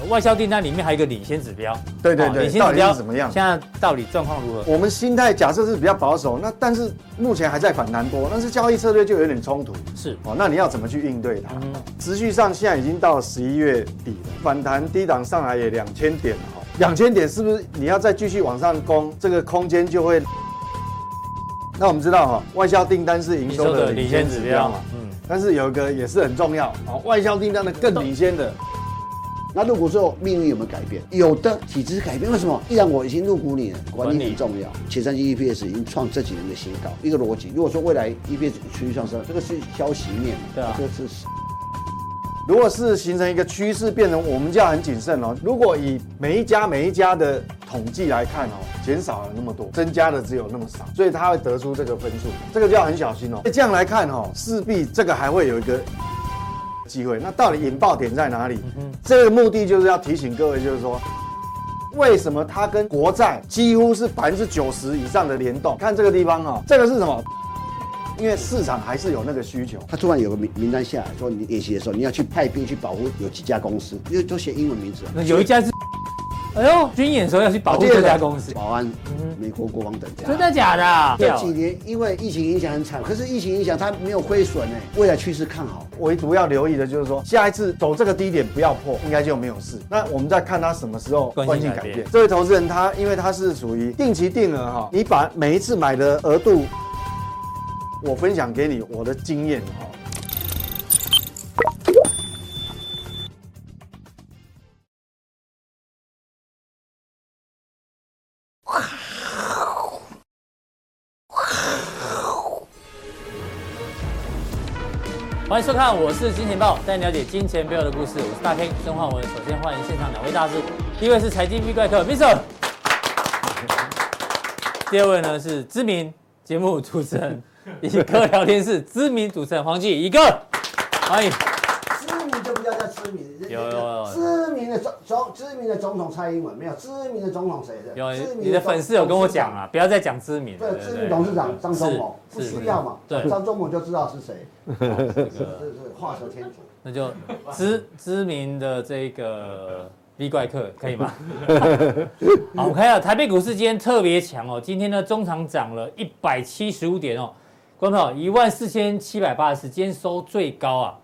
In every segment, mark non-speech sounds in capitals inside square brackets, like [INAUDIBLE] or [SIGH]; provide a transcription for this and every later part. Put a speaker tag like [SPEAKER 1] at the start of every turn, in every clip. [SPEAKER 1] 呃外销订单里面还有一个领先指标，
[SPEAKER 2] 对对
[SPEAKER 1] 哦
[SPEAKER 2] 对
[SPEAKER 1] 领先
[SPEAKER 2] 到
[SPEAKER 1] 指
[SPEAKER 2] 底
[SPEAKER 1] 标
[SPEAKER 2] 是怎么样
[SPEAKER 1] 现在到底状况如何？
[SPEAKER 2] 我们心态假设是比较保守，那但是目前还在反弹波，但是交易策略就有点冲突。
[SPEAKER 1] 是，
[SPEAKER 2] 哦，那你要怎么去应对它？
[SPEAKER 1] 嗯，
[SPEAKER 2] 持续上现在已经到十一月底了，反弹低档上来也两千点了哦，两千点是不是你要再继续往上攻，这个空间就会？ [LAUGHS] 那我们知道哈、外销订单是营
[SPEAKER 1] 你
[SPEAKER 2] 收
[SPEAKER 1] 说的
[SPEAKER 2] 的领
[SPEAKER 1] 领
[SPEAKER 2] 先
[SPEAKER 1] 先
[SPEAKER 2] 指
[SPEAKER 1] 指
[SPEAKER 2] 标
[SPEAKER 1] 标
[SPEAKER 2] 嘛
[SPEAKER 1] 嘛，，嗯，
[SPEAKER 2] 但是有一个也是很重要哦，外销订单的更领先的，
[SPEAKER 3] 那入股之后命运有没有改变？有的，体质改变。为什么？既然我已经入股你了，
[SPEAKER 1] 管
[SPEAKER 3] 管理很
[SPEAKER 1] 理
[SPEAKER 3] 重要。前三季 EPS 已经创这几年的新高，一个逻辑。如果说未来 E EPS 持续上升，这个是消息面嘛，
[SPEAKER 1] 对啊
[SPEAKER 3] 这个是
[SPEAKER 2] 如果是形成一个趋势，变成我们就要很谨慎哦。如果以每一家每一家的统计来看哦，减少了那么多，增加的只有那么少，所以他会得出这个分数，这个就要很小心哦。这样来看哦，势必这个还会有一个机会。那到底引爆点在哪里？这个目的就是要提醒各位，就是说。为什么它跟国债几乎是百分之九十以上的联动？看这个地方哈、哦，这个是什么？因为市场还是有那个需求。
[SPEAKER 3] 他突然有个名名单下来，说你演习的时候你要去派兵去保护有几家公司，因为都写英文名字啊，
[SPEAKER 1] 那有一家是，哎呦，军演时候要去保护这家公司，嗯
[SPEAKER 3] 保安、美国国防等家。
[SPEAKER 1] 真的假的啊？
[SPEAKER 3] 这几年因为疫情影响很惨，可是疫情影响它没有亏损呢，欸未来趋势看好。
[SPEAKER 2] 唯独要留意的就是说，下一次走这个低点不要破，应该就没有事。那我们再看它什么时候
[SPEAKER 1] 惯性改变
[SPEAKER 2] 这位投资人他因为他是属于定期定额哈，你把每一次买的额度，我分享给你我的经验哈。
[SPEAKER 1] 欢迎收看，我是金钱豹，带你了解金钱背后的故事。我是大 K 曾焕文。首先欢迎现场两位大师，第一位是财经 V 怪客 Vincent，第二位呢是知名节目主持人以哥聊天室知名主持人黄继一哥，欢迎。
[SPEAKER 3] 知名就不叫叫知名，
[SPEAKER 1] 有有有
[SPEAKER 3] 知名的总总知名的总统蔡英文没有，知名的总统谁的？
[SPEAKER 1] 有
[SPEAKER 3] 知名
[SPEAKER 1] 你的
[SPEAKER 3] 总
[SPEAKER 1] 粉丝有跟我讲，啊，不要再讲知名
[SPEAKER 3] 董
[SPEAKER 1] 了，
[SPEAKER 3] 事长对，知名董事长张忠谋不
[SPEAKER 1] 是是
[SPEAKER 3] 需要嘛，
[SPEAKER 1] 对
[SPEAKER 3] 张忠谋就知道是谁，
[SPEAKER 1] 这
[SPEAKER 3] 是
[SPEAKER 1] 个
[SPEAKER 3] 是画蛇添足。
[SPEAKER 1] 那就知知名的这个 V 怪客可以
[SPEAKER 3] [LAUGHS]
[SPEAKER 1] 吗？好，我们看一下台北股市今天特别强哦，今天呢中场涨了一百七十五点哦，观众朋友一万四千七百八十，今天收最高啊。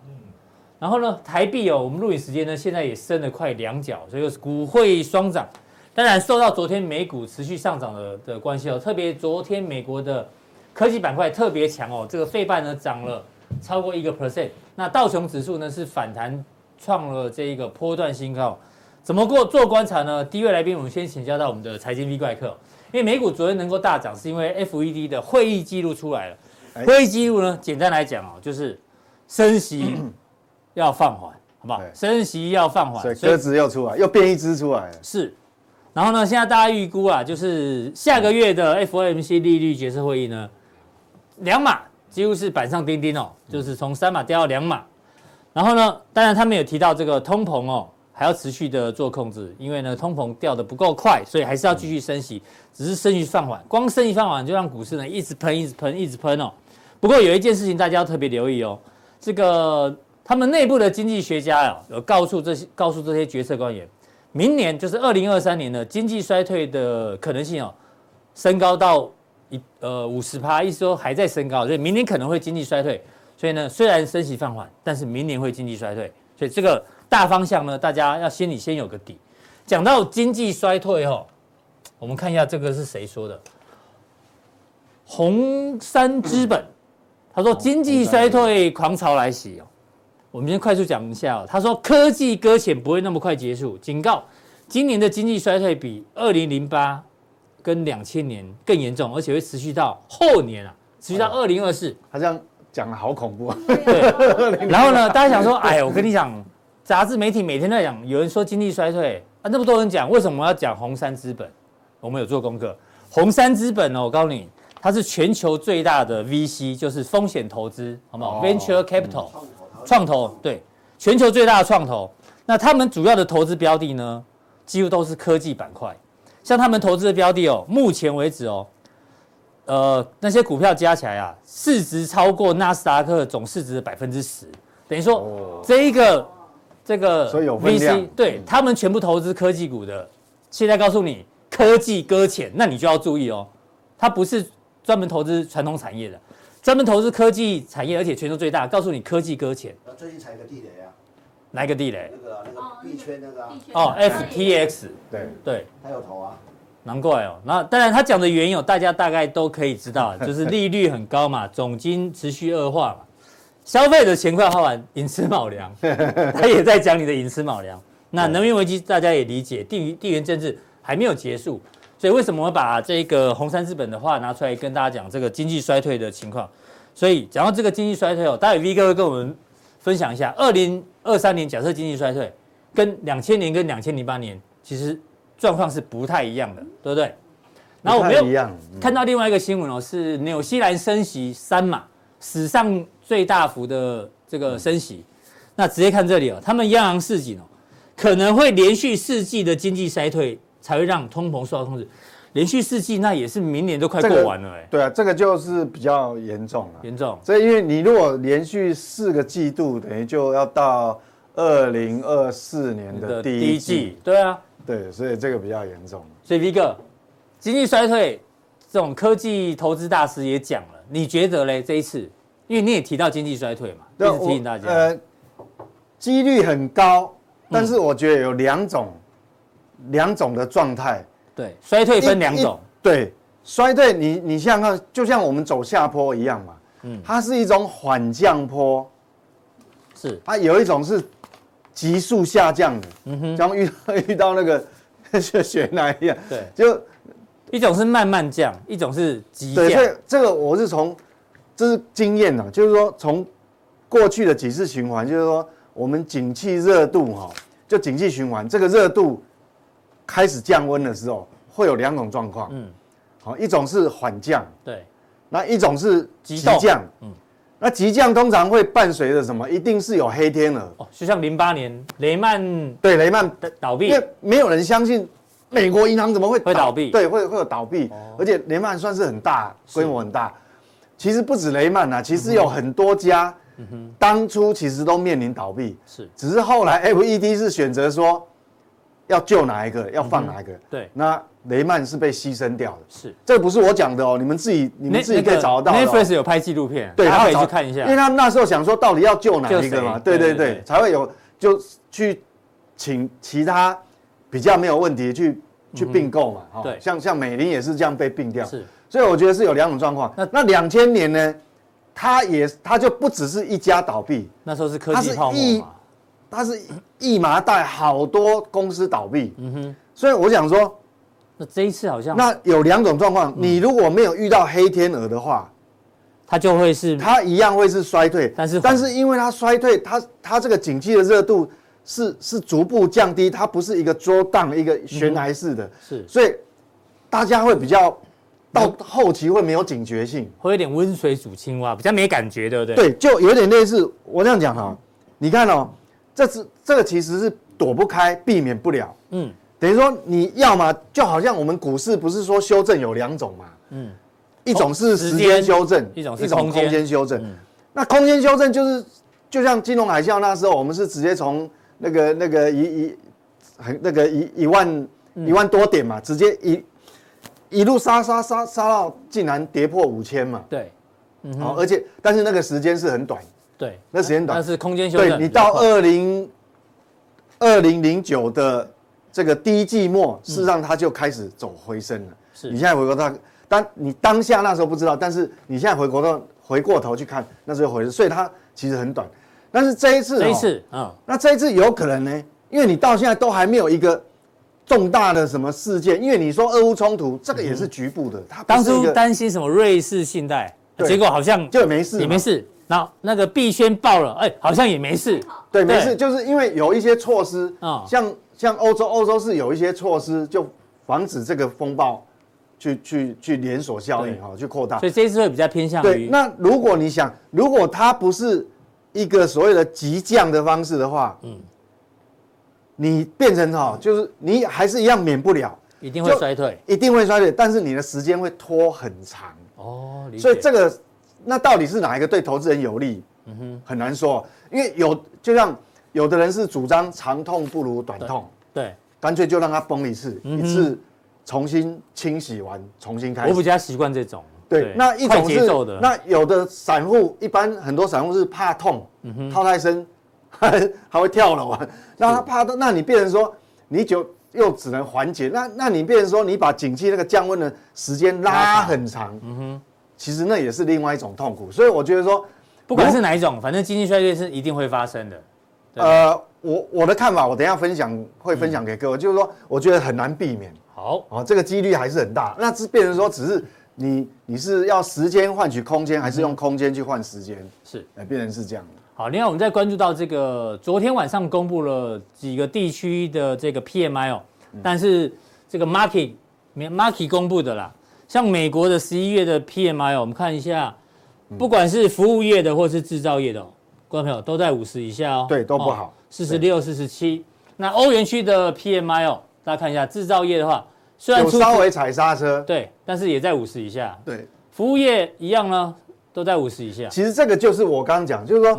[SPEAKER 1] 然后呢，台币哦，我们录影时间呢，现在也升了快两角，所以又是股汇双涨。当然，受到昨天美股持续上涨的的关系哦，特别昨天美国的科技板块特别强哦，这个费半呢涨了超过一个 percent，那道琼指数呢是反弹创了这一个波段新高。怎么过做观察呢？第一位来宾，我们先请教到我们的财经 V 怪客哦，因为美股昨天能够大涨，是因为 FED 的会议记录出来了
[SPEAKER 2] 哎。
[SPEAKER 1] 会议记录呢，简单来讲哦，就是升息要放缓，好不好
[SPEAKER 2] 对？
[SPEAKER 1] 升息要放
[SPEAKER 2] 哎所
[SPEAKER 1] 缓，
[SPEAKER 2] 以鸽子又出来，又变一只出来了。
[SPEAKER 1] 是。然后呢，现在大家预估啊，就是下个月的 FOMC 利率决策会议呢，两码几乎是板上钉钉哦，就是从三码掉到两码。然后呢，当然他们有提到这个通膨哦，还要持续的做控制，因为呢通膨掉的不够快，所以还是要继续升息，只是升息放缓。光升息放缓就让股市呢一直喷、一直喷、一直喷哦。不过有一件事情大家要特别留意哦，这个他们内部的经济学家啊，有告诉这些告诉这些决策官员，明年就是二零二三年的经济衰退的可能性哦，升高到一呃五十趴，意思说还在升高，所以明年可能会经济衰退。所以呢，虽然升息放缓，但是明年会经济衰退，所以这个大方向呢，大家要心里先有个底。讲到经济衰退哦，我们看一下这个是谁说的，红杉资本，他说经济衰退狂潮来袭哦。我们先快速讲一下、哦，他说科技搁浅不会那么快结束，警告今年的经济衰退比二零零八跟两千年更严重，而且会持续到后年啊，持续到二零二四。
[SPEAKER 2] 他这样讲得好恐怖啊！
[SPEAKER 1] 然后呢，大家想说，哎，我跟你讲，杂志媒体每天都在讲，有人说经济衰退啊，那么多人讲，为什么要讲红杉资本？我们有做功课，红杉资本哦呢，我告诉你，它是全球最大的 VC，就是风险投资，好不好、v e n t u r e Capital，、创投，对，全球最大的创投。那他们主要的投资标的呢，几乎都是科技板块。像他们投资的标的哦，目前为止哦，呃，那些股票加起来啊，哦市值超过纳斯达克总市值的百分之十，等于说、这一个这个
[SPEAKER 2] 所以有分量嗯
[SPEAKER 1] VC 对他们全部投资科技股的，现在告诉你科技搁浅，那你就要注意哦，它不是专门投资传统产业的，专门投资科技产业，而且权重最大，告诉你科技搁浅，
[SPEAKER 3] 那最近踩个地雷啊，
[SPEAKER 1] 哪一个地雷
[SPEAKER 3] 那？个啊那
[SPEAKER 4] 哦
[SPEAKER 3] 个币圈那个啊，
[SPEAKER 1] 哦
[SPEAKER 4] 那个
[SPEAKER 1] ，FTX，
[SPEAKER 2] [LAUGHS] 对，
[SPEAKER 1] 对，
[SPEAKER 3] 他有投啊，
[SPEAKER 1] 难怪哦。那当然，他讲的缘由大家大概都可以知道，就是利率很高嘛，总金持续恶化嘛，消费者钱快花完，寅吃卯
[SPEAKER 2] [LAUGHS]
[SPEAKER 1] 粮，他也在讲你的寅吃卯粮。那能源危机大家也理解，地缘地缘政治还没有结束，所以为什么我把这个红杉资本的话拿出来跟大家讲这个经济衰退的情况？所以讲到这个经济衰退哦，待会 V 哥会跟我们分享一下，二零二三年假设经济衰退，跟两千年跟两千零八年其实状况是不太一样的，对不对？然后我
[SPEAKER 2] 不
[SPEAKER 1] 们
[SPEAKER 2] 太
[SPEAKER 1] 又
[SPEAKER 2] 一样，
[SPEAKER 1] 看到另外一个新闻哦，是纽西兰升息三码，史上最大幅的这个升息。那直接看这里哦，他们央行市井哦，可能会连续四季的经济衰退才会让通膨受到控制。连续四季，那也是明年都快
[SPEAKER 2] 这
[SPEAKER 1] 过
[SPEAKER 2] 个
[SPEAKER 1] 完了哎、
[SPEAKER 2] 对啊，这个就是比较严重啊了。
[SPEAKER 1] 严重。
[SPEAKER 2] 这因为你如果连续四个季度，等于就要到二零二四年的第一季，，
[SPEAKER 1] 对啊，
[SPEAKER 2] 对，所以这个比较严重。
[SPEAKER 1] 所以 V 哥，经济衰退这种科技投资大师也讲了，你觉得嘞？这一次，因为你也提到经济衰退嘛，一
[SPEAKER 2] 那
[SPEAKER 1] 直
[SPEAKER 2] 我呃
[SPEAKER 1] 提醒大家，，
[SPEAKER 2] 几率很高，但是我觉得有两种，两、种的状态，
[SPEAKER 1] 对，衰退分两种，
[SPEAKER 2] 一，对，衰退你你想想看，就像我们走下坡一样嘛，
[SPEAKER 1] 嗯
[SPEAKER 2] 它是一种缓降坡，
[SPEAKER 1] 是，
[SPEAKER 2] 它有一种是急速下降的，
[SPEAKER 1] 嗯哼，
[SPEAKER 2] 像遇到 [LAUGHS] 遇到那个雪雪奶一样，
[SPEAKER 1] 对，
[SPEAKER 2] 就
[SPEAKER 1] 一种是慢慢降，一种是急降
[SPEAKER 2] 对，，这这个我是从这是经验呐，就是说从过去的几次循环，就是说我们景气热度哈、就景气循环这个热度开始降温的时候，会有两种状况，
[SPEAKER 1] 嗯，
[SPEAKER 2] 好，一种是缓降，
[SPEAKER 1] 对，
[SPEAKER 2] 那一种是
[SPEAKER 1] 急
[SPEAKER 2] 急
[SPEAKER 1] 冻
[SPEAKER 2] 降，
[SPEAKER 1] 嗯
[SPEAKER 2] 嗯，那急降通常会伴随着什么？一定是有黑天鹅，
[SPEAKER 1] 哦，就像零八年雷曼
[SPEAKER 2] 对，雷曼
[SPEAKER 1] 的倒闭
[SPEAKER 2] 因，为没有人相信美国银行怎么会
[SPEAKER 1] 会倒闭哦
[SPEAKER 2] 对，会会有倒闭，而且雷曼算是很大，规模很大。其实不止雷曼
[SPEAKER 1] 嗯
[SPEAKER 2] 啊，其实有很多家，当初其实都面临倒闭，
[SPEAKER 1] 是
[SPEAKER 2] 只是后来 FED 是选择说要救哪一个，要放哪一个。
[SPEAKER 1] 嗯对，
[SPEAKER 2] 那雷曼是被牺牲掉的，
[SPEAKER 1] 是。
[SPEAKER 2] 这不是我讲的哦，你们自己你们自己可以找得到的哦。
[SPEAKER 1] Netflix 有拍纪录片，
[SPEAKER 2] 对，
[SPEAKER 1] 大家
[SPEAKER 2] 他
[SPEAKER 1] 可以
[SPEAKER 2] 找
[SPEAKER 1] 去看一下
[SPEAKER 2] 因为。他们那时候想说到底要救哪一
[SPEAKER 1] 救谁
[SPEAKER 2] 个嘛，
[SPEAKER 1] 对
[SPEAKER 2] 对对
[SPEAKER 1] 对
[SPEAKER 2] 对
[SPEAKER 1] 对，
[SPEAKER 2] 才会有就去请其他比较没有问题去去并购嘛，哈
[SPEAKER 1] 嗯对
[SPEAKER 2] 像像美林也是这样被并掉，
[SPEAKER 1] 是，
[SPEAKER 2] 所以我觉得是有两种状况
[SPEAKER 1] 那。
[SPEAKER 2] 那两千年呢，它也它就不只是一家倒闭，
[SPEAKER 1] 那时候是科
[SPEAKER 2] 它
[SPEAKER 1] 技
[SPEAKER 2] 是
[SPEAKER 1] 泡沫
[SPEAKER 2] 一
[SPEAKER 1] 嘛，
[SPEAKER 2] 它是一麻袋好多公司倒闭，
[SPEAKER 1] 嗯哼。啊
[SPEAKER 2] 所以我想说，
[SPEAKER 1] 那这一次好像，那
[SPEAKER 2] 那有两种状况，
[SPEAKER 1] 嗯
[SPEAKER 2] 你如果没有遇到黑天鹅的话，
[SPEAKER 1] 它就会是
[SPEAKER 2] 它一样会是衰退，
[SPEAKER 1] 但是
[SPEAKER 2] 但是因为它衰退，它它这个景气的热度是是逐步降低，它不是一个 draw down 一个悬崖式的，
[SPEAKER 1] 是
[SPEAKER 2] 所以大家会比较到后期会没有警觉性，
[SPEAKER 1] 会有点温水煮青蛙，比较没感觉，对不对？，嗯
[SPEAKER 2] 对，就有点类似我这样讲哈，你看哦，这是这个其实是躲不开、避免不了，
[SPEAKER 1] 嗯，
[SPEAKER 2] 等于说你要嘛，就好像我们股市不是说修正有两种嘛，
[SPEAKER 1] 嗯哦
[SPEAKER 2] 嗯，一种是
[SPEAKER 1] 时
[SPEAKER 2] 时间
[SPEAKER 1] 间
[SPEAKER 2] 修正，
[SPEAKER 1] 一种是
[SPEAKER 2] 一种
[SPEAKER 1] 空间嗯
[SPEAKER 2] 空间修正。那空间修正就是，就像金融海啸那时候，我们是直接从那个那个一一很那个一一万
[SPEAKER 1] 嗯
[SPEAKER 2] 一万多点嘛，直接一一路杀杀杀杀到竟然跌破五千嘛，
[SPEAKER 1] 对嗯
[SPEAKER 2] 好、而且但是那个时间是很短，
[SPEAKER 1] 对，
[SPEAKER 2] 那时间短
[SPEAKER 1] 那，是空间修正比较
[SPEAKER 2] 对
[SPEAKER 1] 快。
[SPEAKER 2] 你到二零二零零九的这个第一季末，事实上它就开始走回升了。
[SPEAKER 1] 嗯是
[SPEAKER 2] 你现在回过头，当你当下那时候不知道，但是你现在回过头回过头去看，那时候回升，所以它其实很短。但是这一次、哦
[SPEAKER 1] 这一，次，嗯，
[SPEAKER 2] 那这一次有可能呢，因为你到现在都还没有一个重大的什么事件，因为你说俄乌冲突，这个也是局部的，它不
[SPEAKER 1] 当
[SPEAKER 2] 是一
[SPEAKER 1] 初
[SPEAKER 2] 个
[SPEAKER 1] 担心什么瑞士信贷，
[SPEAKER 2] 对
[SPEAKER 1] 结果好像
[SPEAKER 2] 就没事嘛，
[SPEAKER 1] 也没事。然后那个币圈爆了，哎，好像也没事。对
[SPEAKER 2] 对，没事，就是因为有一些措施，
[SPEAKER 1] 哦
[SPEAKER 2] 像像欧洲，欧洲是有一些措施，就防止这个风暴去去去连锁效
[SPEAKER 1] 对
[SPEAKER 2] 应哈、哦去扩大
[SPEAKER 1] 所。以这一次会比较偏向
[SPEAKER 2] 对，
[SPEAKER 1] 于
[SPEAKER 2] 那如果你想，如果它不是一个所谓的急降的方式的话，嗯，你变成哈、哦，就是你还是一样免不了，
[SPEAKER 1] 一定会
[SPEAKER 2] 就
[SPEAKER 1] 衰退。
[SPEAKER 2] 一定会衰退，但是你的时间会拖很长。
[SPEAKER 1] 哦，理解
[SPEAKER 2] 所以这个那到底是哪一个对投资人有利？嗯哼，很难说，因为有就像有的人是主张长痛不如短痛，
[SPEAKER 1] 对
[SPEAKER 2] 干脆就让它崩一次，
[SPEAKER 1] 嗯
[SPEAKER 2] 一
[SPEAKER 1] 哼
[SPEAKER 2] 次重新清洗完，重新开
[SPEAKER 1] 我比
[SPEAKER 2] 始。
[SPEAKER 1] 较习惯这种。
[SPEAKER 2] 对，那一
[SPEAKER 1] 快
[SPEAKER 2] 种
[SPEAKER 1] 节
[SPEAKER 2] 是
[SPEAKER 1] 奏的，
[SPEAKER 2] 那有的散户，一般很多散户是怕痛，套太深， [LAUGHS] 还会跳楼啊。那他怕痛，那你变成说你就又只能缓解，那那你变成说你把景气那个降温的时间拉很长，嗯哼，其实那也是另外一种痛苦。所以我觉得说，
[SPEAKER 1] 不管是哪一种，反正经济衰退是一定会发生的。对
[SPEAKER 2] 呃，我我的看法，我等一下分享会分享给各位，就是说，我觉得很难避免
[SPEAKER 1] 好，
[SPEAKER 2] 哦，这个几率还是很大。那这变成说，只是你你是要时间换取空间，还是用空间去换时间？
[SPEAKER 1] 是
[SPEAKER 2] 哎，变成是这样的。
[SPEAKER 1] 好。另外，我们再关注到这个，昨天晚上公布了几个地区的这个 PMI 哦，
[SPEAKER 2] 嗯
[SPEAKER 1] 但是这个 Market Market 公布的啦，像美国的十一月的 PMI 哦，我们看一下，
[SPEAKER 2] 嗯
[SPEAKER 1] 不管是服务业的或是制造业的、哦，观众朋友都在五十以下哦，
[SPEAKER 2] 对都不好
[SPEAKER 1] 四十六、四十七。那欧元区的 PMI 哦，大家看一下，制造业的话，虽然
[SPEAKER 2] 有
[SPEAKER 1] 啊出
[SPEAKER 2] 稍微踩刹车，
[SPEAKER 1] 对，但是也在五十以下，
[SPEAKER 2] 对，
[SPEAKER 1] 服务业一样呢，都在五十以下。
[SPEAKER 2] 其实这个就是我刚刚讲，就是说，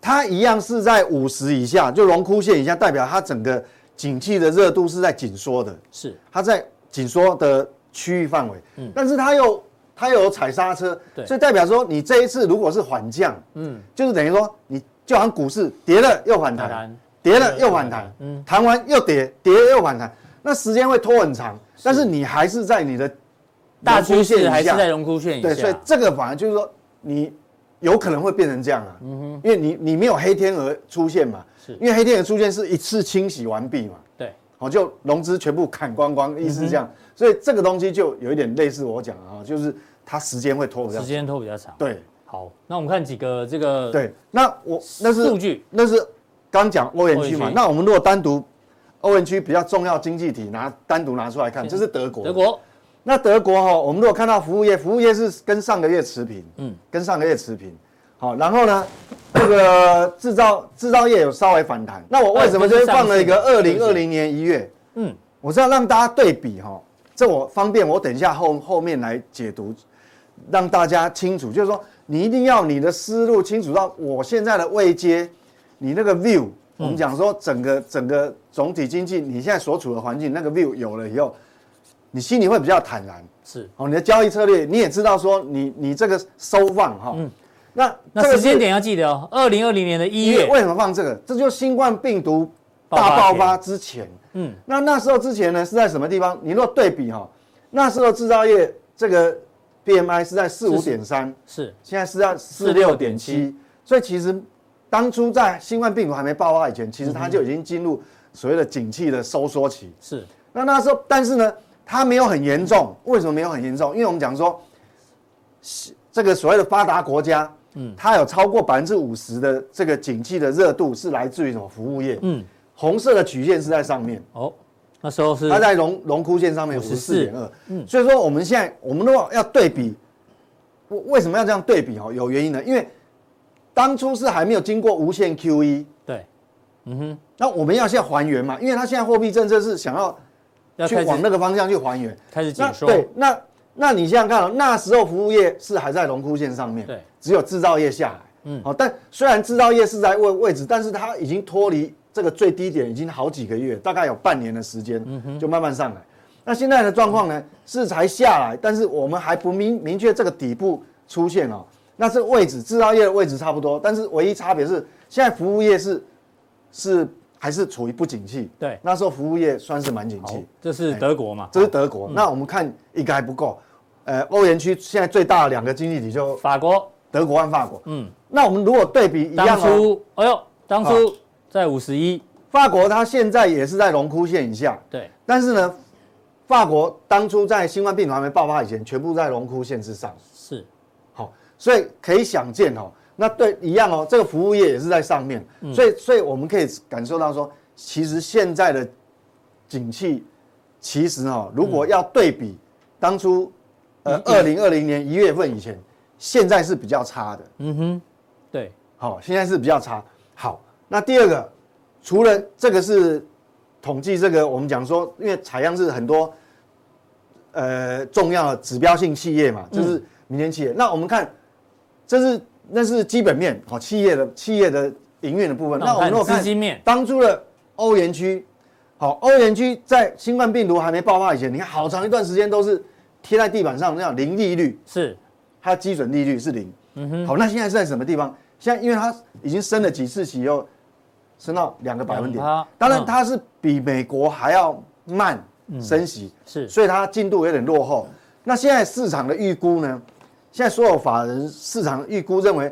[SPEAKER 2] 它一样是在五十以下，就荣枯线以下，代表它整个景气的热度是在紧缩的。
[SPEAKER 1] 是
[SPEAKER 2] 它在紧缩的区域范围，但是它又它又有踩刹车，
[SPEAKER 1] 嗯对
[SPEAKER 2] 所以代表说你这一次如果是缓降，嗯，就是等于说你就好像股市跌了又
[SPEAKER 1] 反
[SPEAKER 2] 反弹
[SPEAKER 1] 弹，
[SPEAKER 2] 跌了又反弹，嗯，弹完又跌，跌又反弹，那时间会拖很长，但是你还是在你的
[SPEAKER 1] 大
[SPEAKER 2] 荣枯
[SPEAKER 1] 趋势
[SPEAKER 2] 线
[SPEAKER 1] 还
[SPEAKER 2] 以
[SPEAKER 1] 是
[SPEAKER 2] 下
[SPEAKER 1] 在荣枯线以
[SPEAKER 2] 对，所以
[SPEAKER 1] 下，
[SPEAKER 2] 这个反而就是说你有可能会变成这样啊，因为你你没有黑天鹅出现嘛，
[SPEAKER 1] 嗯是
[SPEAKER 2] 因为黑天鹅出现是一次清洗完毕嘛，
[SPEAKER 1] 对，
[SPEAKER 2] 哦，就融资全部砍光光，意思是这
[SPEAKER 1] 嗯
[SPEAKER 2] 样。所以这个东西就有一点类似我讲的啊，就是它时间会拖不掉
[SPEAKER 1] 时。间拖比较长。，
[SPEAKER 2] 对
[SPEAKER 1] 好，那我们看几个这个
[SPEAKER 2] 对，那我那是
[SPEAKER 1] 数据，
[SPEAKER 2] 那是刚讲欧元区
[SPEAKER 1] 欧元
[SPEAKER 2] 嘛
[SPEAKER 1] 区。
[SPEAKER 2] 那我们如果单独欧元区比较重要经济体拿单独拿出来看，这是德国。
[SPEAKER 1] 德国
[SPEAKER 2] 那德国哈、我们如果看到服务业，服务业是跟上个月持平，嗯，跟上个月持平。好，然后呢， [COUGHS] 这个制造制造业有稍微反弹。那我为什么
[SPEAKER 1] 哎
[SPEAKER 2] 就
[SPEAKER 1] 这是
[SPEAKER 2] 是放了一个二
[SPEAKER 1] 上次
[SPEAKER 2] 零二零年一月？
[SPEAKER 1] 嗯
[SPEAKER 2] 嗯，我是要让大家对比哈、这我方便我等一下后后面来解读，让大家清楚，就是说你一定要你的思路清楚到我现在的位阶，你那个 view，我们讲说整个整个总体经济你现在所处的环境那个 view 有了以后，你心里会比较坦然。
[SPEAKER 1] 是，
[SPEAKER 2] 哦，你的交易策略你也知道说你你这个收放哈、那
[SPEAKER 1] 嗯那
[SPEAKER 2] 这个
[SPEAKER 1] 时间
[SPEAKER 2] 是
[SPEAKER 1] 点要记得哦，二零二零年的一
[SPEAKER 2] 一月
[SPEAKER 1] 月，
[SPEAKER 2] 为什么放这个？这就是新冠病毒
[SPEAKER 1] 爆发
[SPEAKER 2] 大爆发
[SPEAKER 1] 前
[SPEAKER 2] 之前。
[SPEAKER 1] 嗯
[SPEAKER 2] 嗯，那那时候之前呢是在什么地方？你若对比哈、那时候制造业这个 BMI 是在四五点三，
[SPEAKER 1] 是
[SPEAKER 2] 现在是在四六点七，所以其实当初在新冠病毒还没爆发以前，其实
[SPEAKER 1] 嗯
[SPEAKER 2] 它就已经进入所谓的景气的收缩期。
[SPEAKER 1] 是
[SPEAKER 2] 那那时候，但是呢，它没有很严重。为什么没有很严重？因为我们讲说，西这个所谓的发达国家，嗯，它有超过百分之五十的这个景气的热度是来自于什么服务业？
[SPEAKER 1] 嗯
[SPEAKER 2] 嗯，红色的曲线是在上面，
[SPEAKER 1] 哦，那时候是
[SPEAKER 2] 它在荣荣枯线上面五十四点
[SPEAKER 1] 54
[SPEAKER 2] 二，所以说我们现在我们如果要对比，我为什么要这样对比？哦，有原因的，因为当初是还没有经过无限 QE，
[SPEAKER 1] 对，
[SPEAKER 2] 那我们要现在还原嘛，因为它现在货币政策是想要
[SPEAKER 1] 要
[SPEAKER 2] 去
[SPEAKER 1] 开
[SPEAKER 2] 往
[SPEAKER 1] 始
[SPEAKER 2] 那个方向去还原。
[SPEAKER 1] 开始
[SPEAKER 2] 那
[SPEAKER 1] 紧缩，
[SPEAKER 2] 对，那那你想想看、哦，那时候服务业是还在荣枯线上面，
[SPEAKER 1] 对，
[SPEAKER 2] 只有制造业下来，嗯，好、但虽然制造业是在位位置，但是它已经脱离这个最低点已经好几个月，大概有半年的时间，
[SPEAKER 1] 嗯
[SPEAKER 2] 就慢慢上来。那现在的状况呢，是才下来，但是我们还不明明确这个底部出现哦。那这个位置，制造业的位置差不多，但是唯一差别是，现在服务业是是还是处于不景气。
[SPEAKER 1] 对
[SPEAKER 2] 那时候服务业算是蛮景
[SPEAKER 1] 好
[SPEAKER 2] 气。，
[SPEAKER 1] 这是德国嘛，
[SPEAKER 2] 哎这是德
[SPEAKER 1] 嗯
[SPEAKER 2] 国。那我们看一个还不够，呃，欧元区现在最大的两个经济体就
[SPEAKER 1] 法国
[SPEAKER 2] 德国和法国。嗯，那我们如果对比一
[SPEAKER 1] 当
[SPEAKER 2] 样哦，啊
[SPEAKER 1] 初，哎呦，当初在五十一，
[SPEAKER 2] 法国它现在也是在荣枯线以下，
[SPEAKER 1] 对，
[SPEAKER 2] 但是呢，法国当初在新冠病毒还没爆发以前，全部在荣枯线之上。
[SPEAKER 1] 是
[SPEAKER 2] 好、所以可以想见哦，那对一样哦，这个服务业也是在上面，所以所以我们可以感受到说，其实现在的景气，其实哦，如果要对比当初呃二零二零年一月份以前，现在是比较差的，
[SPEAKER 1] 对，
[SPEAKER 2] 好、现在是比较差。好，那第二个，除了这个是统计这个，我们讲说，因为采样是很多呃重要的指标性企业
[SPEAKER 1] 嗯
[SPEAKER 2] 嘛，这哦是明年企业。那我们看，这是那是基本面，好、企业的企业的营运的部分。
[SPEAKER 1] 那我们看
[SPEAKER 2] 如果
[SPEAKER 1] 资金面
[SPEAKER 2] 当初的欧元区，好，欧元区在新冠病毒还没爆发以前，你看好长一段时间都是贴在地板上那样零利率，
[SPEAKER 1] 是
[SPEAKER 2] 它基准利率是零。
[SPEAKER 1] 嗯
[SPEAKER 2] 好，那现在是在什么地方？现在因为它已经升了几次息以后，升到两个百分点
[SPEAKER 1] 2%，
[SPEAKER 2] 当
[SPEAKER 1] 嗯
[SPEAKER 2] 然它是比美国还要慢升息，
[SPEAKER 1] 是
[SPEAKER 2] 所以它进度有点落后。那现在市场的预估呢？现在所有法人市场预估认为，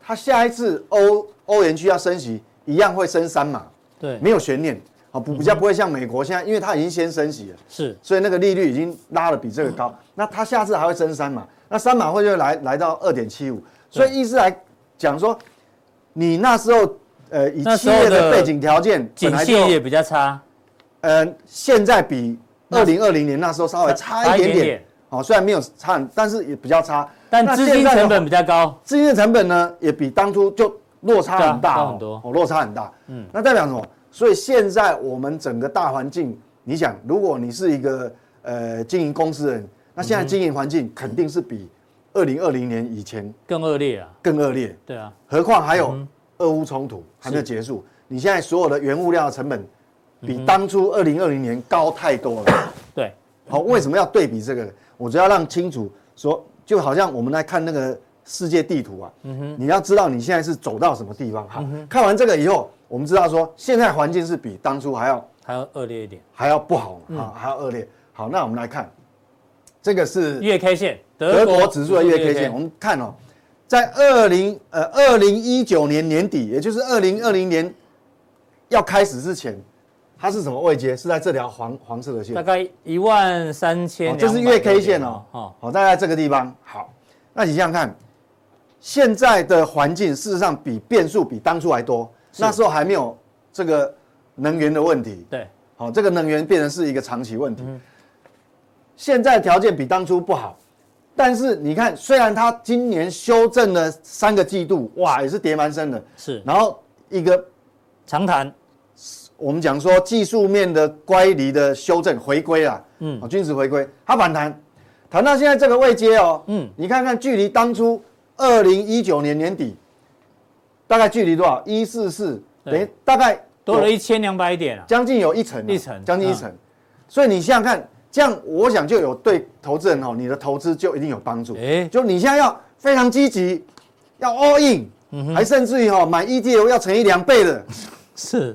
[SPEAKER 2] 它下一次欧欧元区要升息，一样会升三码，
[SPEAKER 1] 对，
[SPEAKER 2] 没有悬念，好不
[SPEAKER 1] 嗯
[SPEAKER 2] 比较不会像美国现在，因为它已经先升息了。
[SPEAKER 1] 是
[SPEAKER 2] 所以那个利率已经拉的比这个高。那它下次还会升三码，那三码会就来来到二点七五。所以意思来讲说，你那时候呃以
[SPEAKER 1] 那
[SPEAKER 2] 企
[SPEAKER 1] 时候的
[SPEAKER 2] 业的背景条件本
[SPEAKER 1] 景
[SPEAKER 2] 来就
[SPEAKER 1] 气也比较差，
[SPEAKER 2] 呃现在比二零二零年那时候稍微差一点点，哦，虽然没有差很，但是也比较差。
[SPEAKER 1] 但
[SPEAKER 2] 那
[SPEAKER 1] 资
[SPEAKER 2] 现
[SPEAKER 1] 金
[SPEAKER 2] 在的
[SPEAKER 1] 成
[SPEAKER 2] 话
[SPEAKER 1] 本比较高，
[SPEAKER 2] 资金的成本呢，也比当初就落差很大、
[SPEAKER 1] 对啊
[SPEAKER 2] 哦，
[SPEAKER 1] 高很多
[SPEAKER 2] 哦，落差很大。嗯，那代表什么？所以现在我们整个大环境，你想，如果你是一个呃经营公司的人，那现在经营环境肯定是比二零二零年以前
[SPEAKER 1] 更恶劣啊。
[SPEAKER 2] 更恶劣，
[SPEAKER 1] 对啊，
[SPEAKER 2] 何况还有俄乌冲突还没有结束，你现在所有的原物料的成本
[SPEAKER 1] 嗯
[SPEAKER 2] 比当初二零二零年高太多了。
[SPEAKER 1] 对，
[SPEAKER 2] 好，为什么要对比这个呢？我就要让清楚说，就好像我们来看那个世界地图啊，你要知道你现在是走到什么地方。好，看完这个以后，我们知道说现在环境是比当初还要
[SPEAKER 1] 还要恶劣一点。
[SPEAKER 2] 还要不好啊，还要恶劣。好，那我们来看，这个是
[SPEAKER 1] 月 K 线，
[SPEAKER 2] 德国指数的月 K 线，我们看哦，在二零呃二零一九年年底，也就是二零二零年要开始之前，它是什么位阶？是在这条黄黄色的线
[SPEAKER 1] 大。概一万三
[SPEAKER 2] 哦
[SPEAKER 1] 千，
[SPEAKER 2] 这是月 K 线哦，
[SPEAKER 1] 哦，
[SPEAKER 2] 好，大概这个地方。好，那你想想看，现在的环境事实上比变数比当初还多，那时候还没有这个能源的问题，
[SPEAKER 1] 对，
[SPEAKER 2] 好、这个能源变成是一个长期问题。现在条件比当初不好，但是你看，虽然它今年修正了三个季度，哇，也是跌蛮深的，
[SPEAKER 1] 是
[SPEAKER 2] 然后一个
[SPEAKER 1] 长谈，
[SPEAKER 2] 我们讲说技术面的乖离的修正回归啊，嗯，哦，均值回归，它反弹，谈到现在这个位阶哦，
[SPEAKER 1] 嗯
[SPEAKER 2] 嗯，你看看距离当初二零一九年年底，大概距离多少？一四四，
[SPEAKER 1] 对
[SPEAKER 2] 等于大概
[SPEAKER 1] 多了
[SPEAKER 2] 有
[SPEAKER 1] 一千两百点啊，
[SPEAKER 2] 将近有一层啊、
[SPEAKER 1] 一层嗯
[SPEAKER 2] 将近一层，所以你想想看，这样我想就有对投资人哦，你的投资就一定有帮助，
[SPEAKER 1] 哎
[SPEAKER 2] 就你现在要非常积极，要 all in，、还
[SPEAKER 1] 嗯
[SPEAKER 2] 甚至于哦买 ETF 要乘以两倍的。
[SPEAKER 1] 是，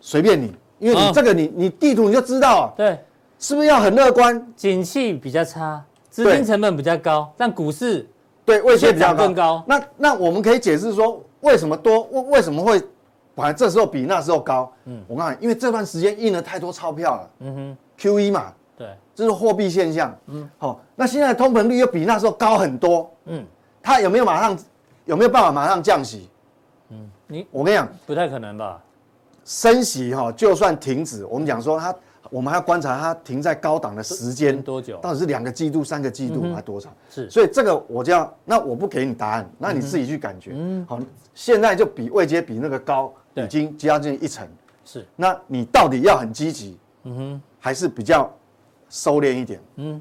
[SPEAKER 2] 随便你，因为
[SPEAKER 1] 哦
[SPEAKER 2] 你这个你你地图你就知道啊
[SPEAKER 1] 对，
[SPEAKER 2] 是不是要很乐观？
[SPEAKER 1] 景气比较差，资
[SPEAKER 2] 对
[SPEAKER 1] 金成本比较高，但股市
[SPEAKER 2] 对，位阶比较
[SPEAKER 1] 现在涨更高
[SPEAKER 2] 那那我们可以解释说，为什么多为为什么会反正这时候比那时候高？嗯，我告诉你，因为这段时间印了太多钞票了。嗯哼，Q E 嘛，
[SPEAKER 1] 对，
[SPEAKER 2] 这是货币现象。嗯，好、那现在的通膨率又比那时候高很多。
[SPEAKER 1] 嗯
[SPEAKER 2] 嗯，它有没有马上有没有办法马上降息？
[SPEAKER 1] 嗯你
[SPEAKER 2] 我跟你讲，
[SPEAKER 1] 不太可能吧？
[SPEAKER 2] 升息哈、就算停止，我们讲说它，我们还要观察它停在高档的时间
[SPEAKER 1] 多久嗯
[SPEAKER 2] 到底是两个季度、三个季度还多少？
[SPEAKER 1] 是
[SPEAKER 2] 所以这个我就要，那我不给你答案，那你自己去感觉。好，现在就比位阶比那个高，
[SPEAKER 1] 嗯对
[SPEAKER 2] 已经接近一层。
[SPEAKER 1] 是，嗯
[SPEAKER 2] 那你到底要很积极，还是比较收敛一点？嗯，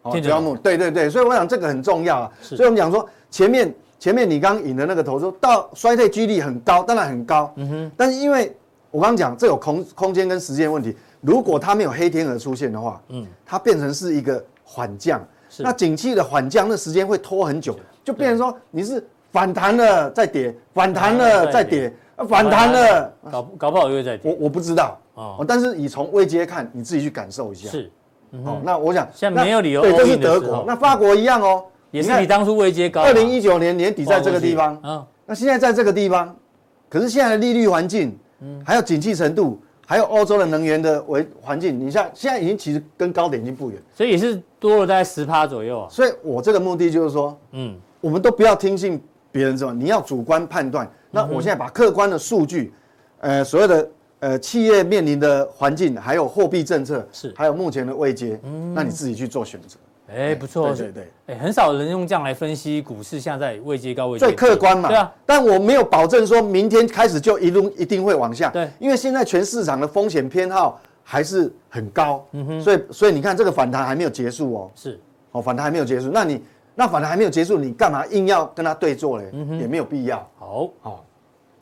[SPEAKER 2] 好，
[SPEAKER 1] 听得
[SPEAKER 2] 不要
[SPEAKER 1] 懂
[SPEAKER 2] 木，对对对，所以我想这个很重要啊。
[SPEAKER 1] 是
[SPEAKER 2] 所以我们讲说前面前面你刚引的那个头说到衰退几率很高，当然很高，嗯哼，但是因为我刚刚讲这有空空间跟时间问题，如果它没有黑天鹅出现的话，嗯，它变成是一个缓降，
[SPEAKER 1] 是
[SPEAKER 2] 那景气的缓降那时间会拖很久，就变成说你是反弹了再跌，反弹了再跌，啊反弹了。，
[SPEAKER 1] 搞不搞不好又再
[SPEAKER 2] 我
[SPEAKER 1] 跌，
[SPEAKER 2] 我不知道
[SPEAKER 1] 哦
[SPEAKER 2] 哦，但是你从位阶看，你自己去感受一下。
[SPEAKER 1] 是
[SPEAKER 2] 哦，那我想
[SPEAKER 1] 嗯现在
[SPEAKER 2] 那
[SPEAKER 1] 没有理由
[SPEAKER 2] 对，这
[SPEAKER 1] all
[SPEAKER 2] 是
[SPEAKER 1] in 的
[SPEAKER 2] 德
[SPEAKER 1] 时候
[SPEAKER 2] 国，那法国一样哦，
[SPEAKER 1] 也是
[SPEAKER 2] 看
[SPEAKER 1] 比当初位阶高啊，
[SPEAKER 2] 二零一九年年底在这个地
[SPEAKER 1] 哇
[SPEAKER 2] 方，
[SPEAKER 1] 嗯，
[SPEAKER 2] 那现在在这个地方，可是现在的利率环境，
[SPEAKER 1] 嗯
[SPEAKER 2] 还有景气程度，还有欧洲的能源的维环境，你像现在已经其实跟高点已经不远，
[SPEAKER 1] 所以也是多了大概十趴左右啊，
[SPEAKER 2] 所以我这个目的就是说，
[SPEAKER 1] 嗯，
[SPEAKER 2] 我们都不要听信别人说，你要主观判断。那
[SPEAKER 1] 嗯
[SPEAKER 2] 我现在把客观的数据，呃，所有的呃企业面临的环境，还有货币政策，
[SPEAKER 1] 是嗯
[SPEAKER 2] 还有目前的位阶，那你自己去做选择，
[SPEAKER 1] 哎，不错，
[SPEAKER 2] 对对对，
[SPEAKER 1] 哎，很少人用这样来分析股市，现在位阶高位阶
[SPEAKER 2] 最
[SPEAKER 1] 低
[SPEAKER 2] 客观嘛。
[SPEAKER 1] 对啊，
[SPEAKER 2] 但我没有保证说明天开始就一路一定会往下，
[SPEAKER 1] 对
[SPEAKER 2] 因为现在全市场的风险偏好还是很高，
[SPEAKER 1] 嗯
[SPEAKER 2] 所以所以你看这个反弹还没有结束哦，
[SPEAKER 1] 是
[SPEAKER 2] 哦，反弹还没有结束，那你
[SPEAKER 1] 嗯
[SPEAKER 2] 那反弹还没有结束，你干嘛硬要跟它对坐嘞？也没有必要。
[SPEAKER 1] 好，
[SPEAKER 2] 好，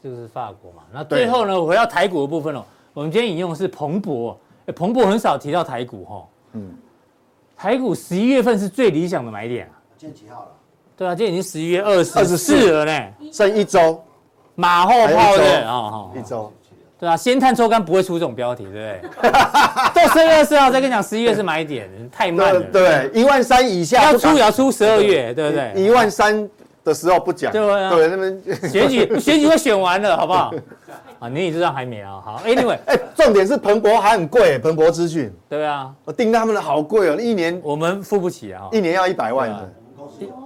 [SPEAKER 1] 就是法国嘛。那最后呢，回到台股的部分哦，我们今天引用的是彭博，诶彭博很少提到台股哦。
[SPEAKER 2] 嗯，
[SPEAKER 1] 台股十一月份是最理想的买点啊。
[SPEAKER 3] 今天几号了？
[SPEAKER 1] 对啊，今天已经十一月二十四了呢，
[SPEAKER 2] 剩一周，
[SPEAKER 1] 哦马后炮
[SPEAKER 2] 还有一
[SPEAKER 1] 的
[SPEAKER 2] 周
[SPEAKER 1] 哦
[SPEAKER 2] 一
[SPEAKER 1] 哦，
[SPEAKER 2] 周，
[SPEAKER 1] 对啊，先探抽干不会出这种标题，对不对？到十二月四号再跟你讲，十一月是买点，太慢了。
[SPEAKER 2] [LAUGHS] 对对，一万三以下
[SPEAKER 1] 要
[SPEAKER 2] 不敢
[SPEAKER 1] 出也要出十二月，对不对？
[SPEAKER 2] 一万三的时候不讲，
[SPEAKER 1] 对啊
[SPEAKER 2] 对，那边 [LAUGHS]
[SPEAKER 1] 选举选举会选完了，好不好？ [LAUGHS] 啊，你也知道还没啊。好，Anyway，
[SPEAKER 2] 哎，重点是彭博还很贵，彭博资讯，
[SPEAKER 1] 对啊，
[SPEAKER 2] 我订他们的好贵哦，一年
[SPEAKER 1] 我们付不起啊。
[SPEAKER 2] 一年要一百万
[SPEAKER 1] 对啊
[SPEAKER 2] 的，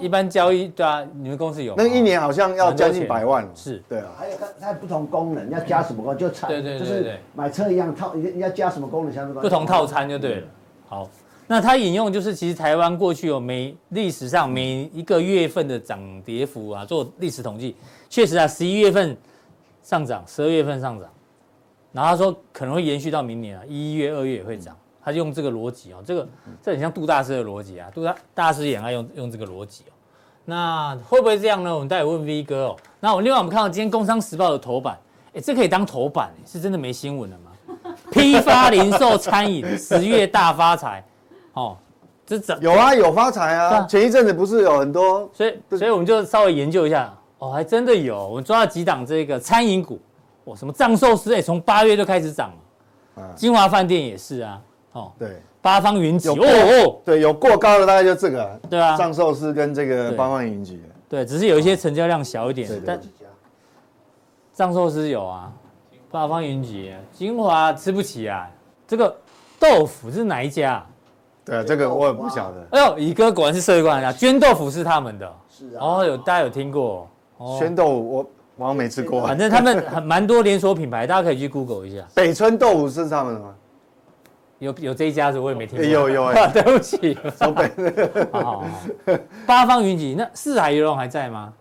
[SPEAKER 1] 一一般交易对啊，你们公司有吗
[SPEAKER 2] 那一年好像要将近
[SPEAKER 1] 蛮多钱
[SPEAKER 2] 百万，
[SPEAKER 1] 是
[SPEAKER 2] 对啊，
[SPEAKER 3] 还有它它不同功能，要加什么功能就产，
[SPEAKER 1] 对对对
[SPEAKER 3] 就
[SPEAKER 1] 对
[SPEAKER 3] 是买车一样套，你要加什么功能相关
[SPEAKER 1] 不同套餐就对了。好，那他引用就是其实台湾过去有每历史上每一个月份的涨跌幅啊，做历史统计，确实啊，十一月份上涨，十二月份上涨，然后他说可能会延续到明年啊，一月、二月也会涨。他就用这个逻辑哦，这个这很像杜大师的逻辑啊，杜大大师也很爱用用这个逻辑哦。那会不会这样呢？我们待会问 V 哥哦。那我另外我们看到今天《工商时报》的头版，哎，这可以当头版，是真的没新闻了吗？
[SPEAKER 2] [LAUGHS]
[SPEAKER 1] 批发零售餐饮十月大发财，哦，这怎
[SPEAKER 2] 有啊，有发财
[SPEAKER 1] 对
[SPEAKER 2] 啊，
[SPEAKER 1] 啊
[SPEAKER 2] 前一阵子不是有很多
[SPEAKER 1] 所以所以我们就稍微研究一下，哦，还真的有，我们抓了几档这个餐饮股，哦，什么藏寿司，哎，从八月就开始涨了
[SPEAKER 2] 嗯，
[SPEAKER 1] 金华饭店也是啊，哦，
[SPEAKER 2] 对。
[SPEAKER 1] 八方云集，
[SPEAKER 2] 有
[SPEAKER 1] 哦
[SPEAKER 2] 过
[SPEAKER 1] 哦，
[SPEAKER 2] 对，有过高的大概就这个，
[SPEAKER 1] 对啊
[SPEAKER 2] 藏寿司跟这个
[SPEAKER 1] 对
[SPEAKER 2] 八方云集，
[SPEAKER 1] 对，只是有一些成交量小一点
[SPEAKER 2] 啊对，对
[SPEAKER 1] 但
[SPEAKER 3] 几家
[SPEAKER 1] 藏寿司有啊，八方云集，金华吃不起啊，这个豆腐是哪一家啊？
[SPEAKER 2] 对啊，这个我也不晓得。
[SPEAKER 1] 哎呦，乙哥果然是社会观察家，捐豆腐是他们的。
[SPEAKER 3] 是啊，
[SPEAKER 1] 哦，有大家有听过哦，
[SPEAKER 2] 宣豆腐我我好像没吃过
[SPEAKER 1] 反，正他们 [LAUGHS] 很蛮多连锁品牌，大家可以去 Google 一下。
[SPEAKER 2] 北村豆腐是他们的吗？
[SPEAKER 1] 有有这一家子我也没听过，
[SPEAKER 2] 有有
[SPEAKER 1] [LAUGHS]
[SPEAKER 2] 哎
[SPEAKER 1] 对不
[SPEAKER 2] [LAUGHS]
[SPEAKER 1] 起。
[SPEAKER 2] 从北
[SPEAKER 1] [LAUGHS] 好好好，八方云集那四海游龙还在吗？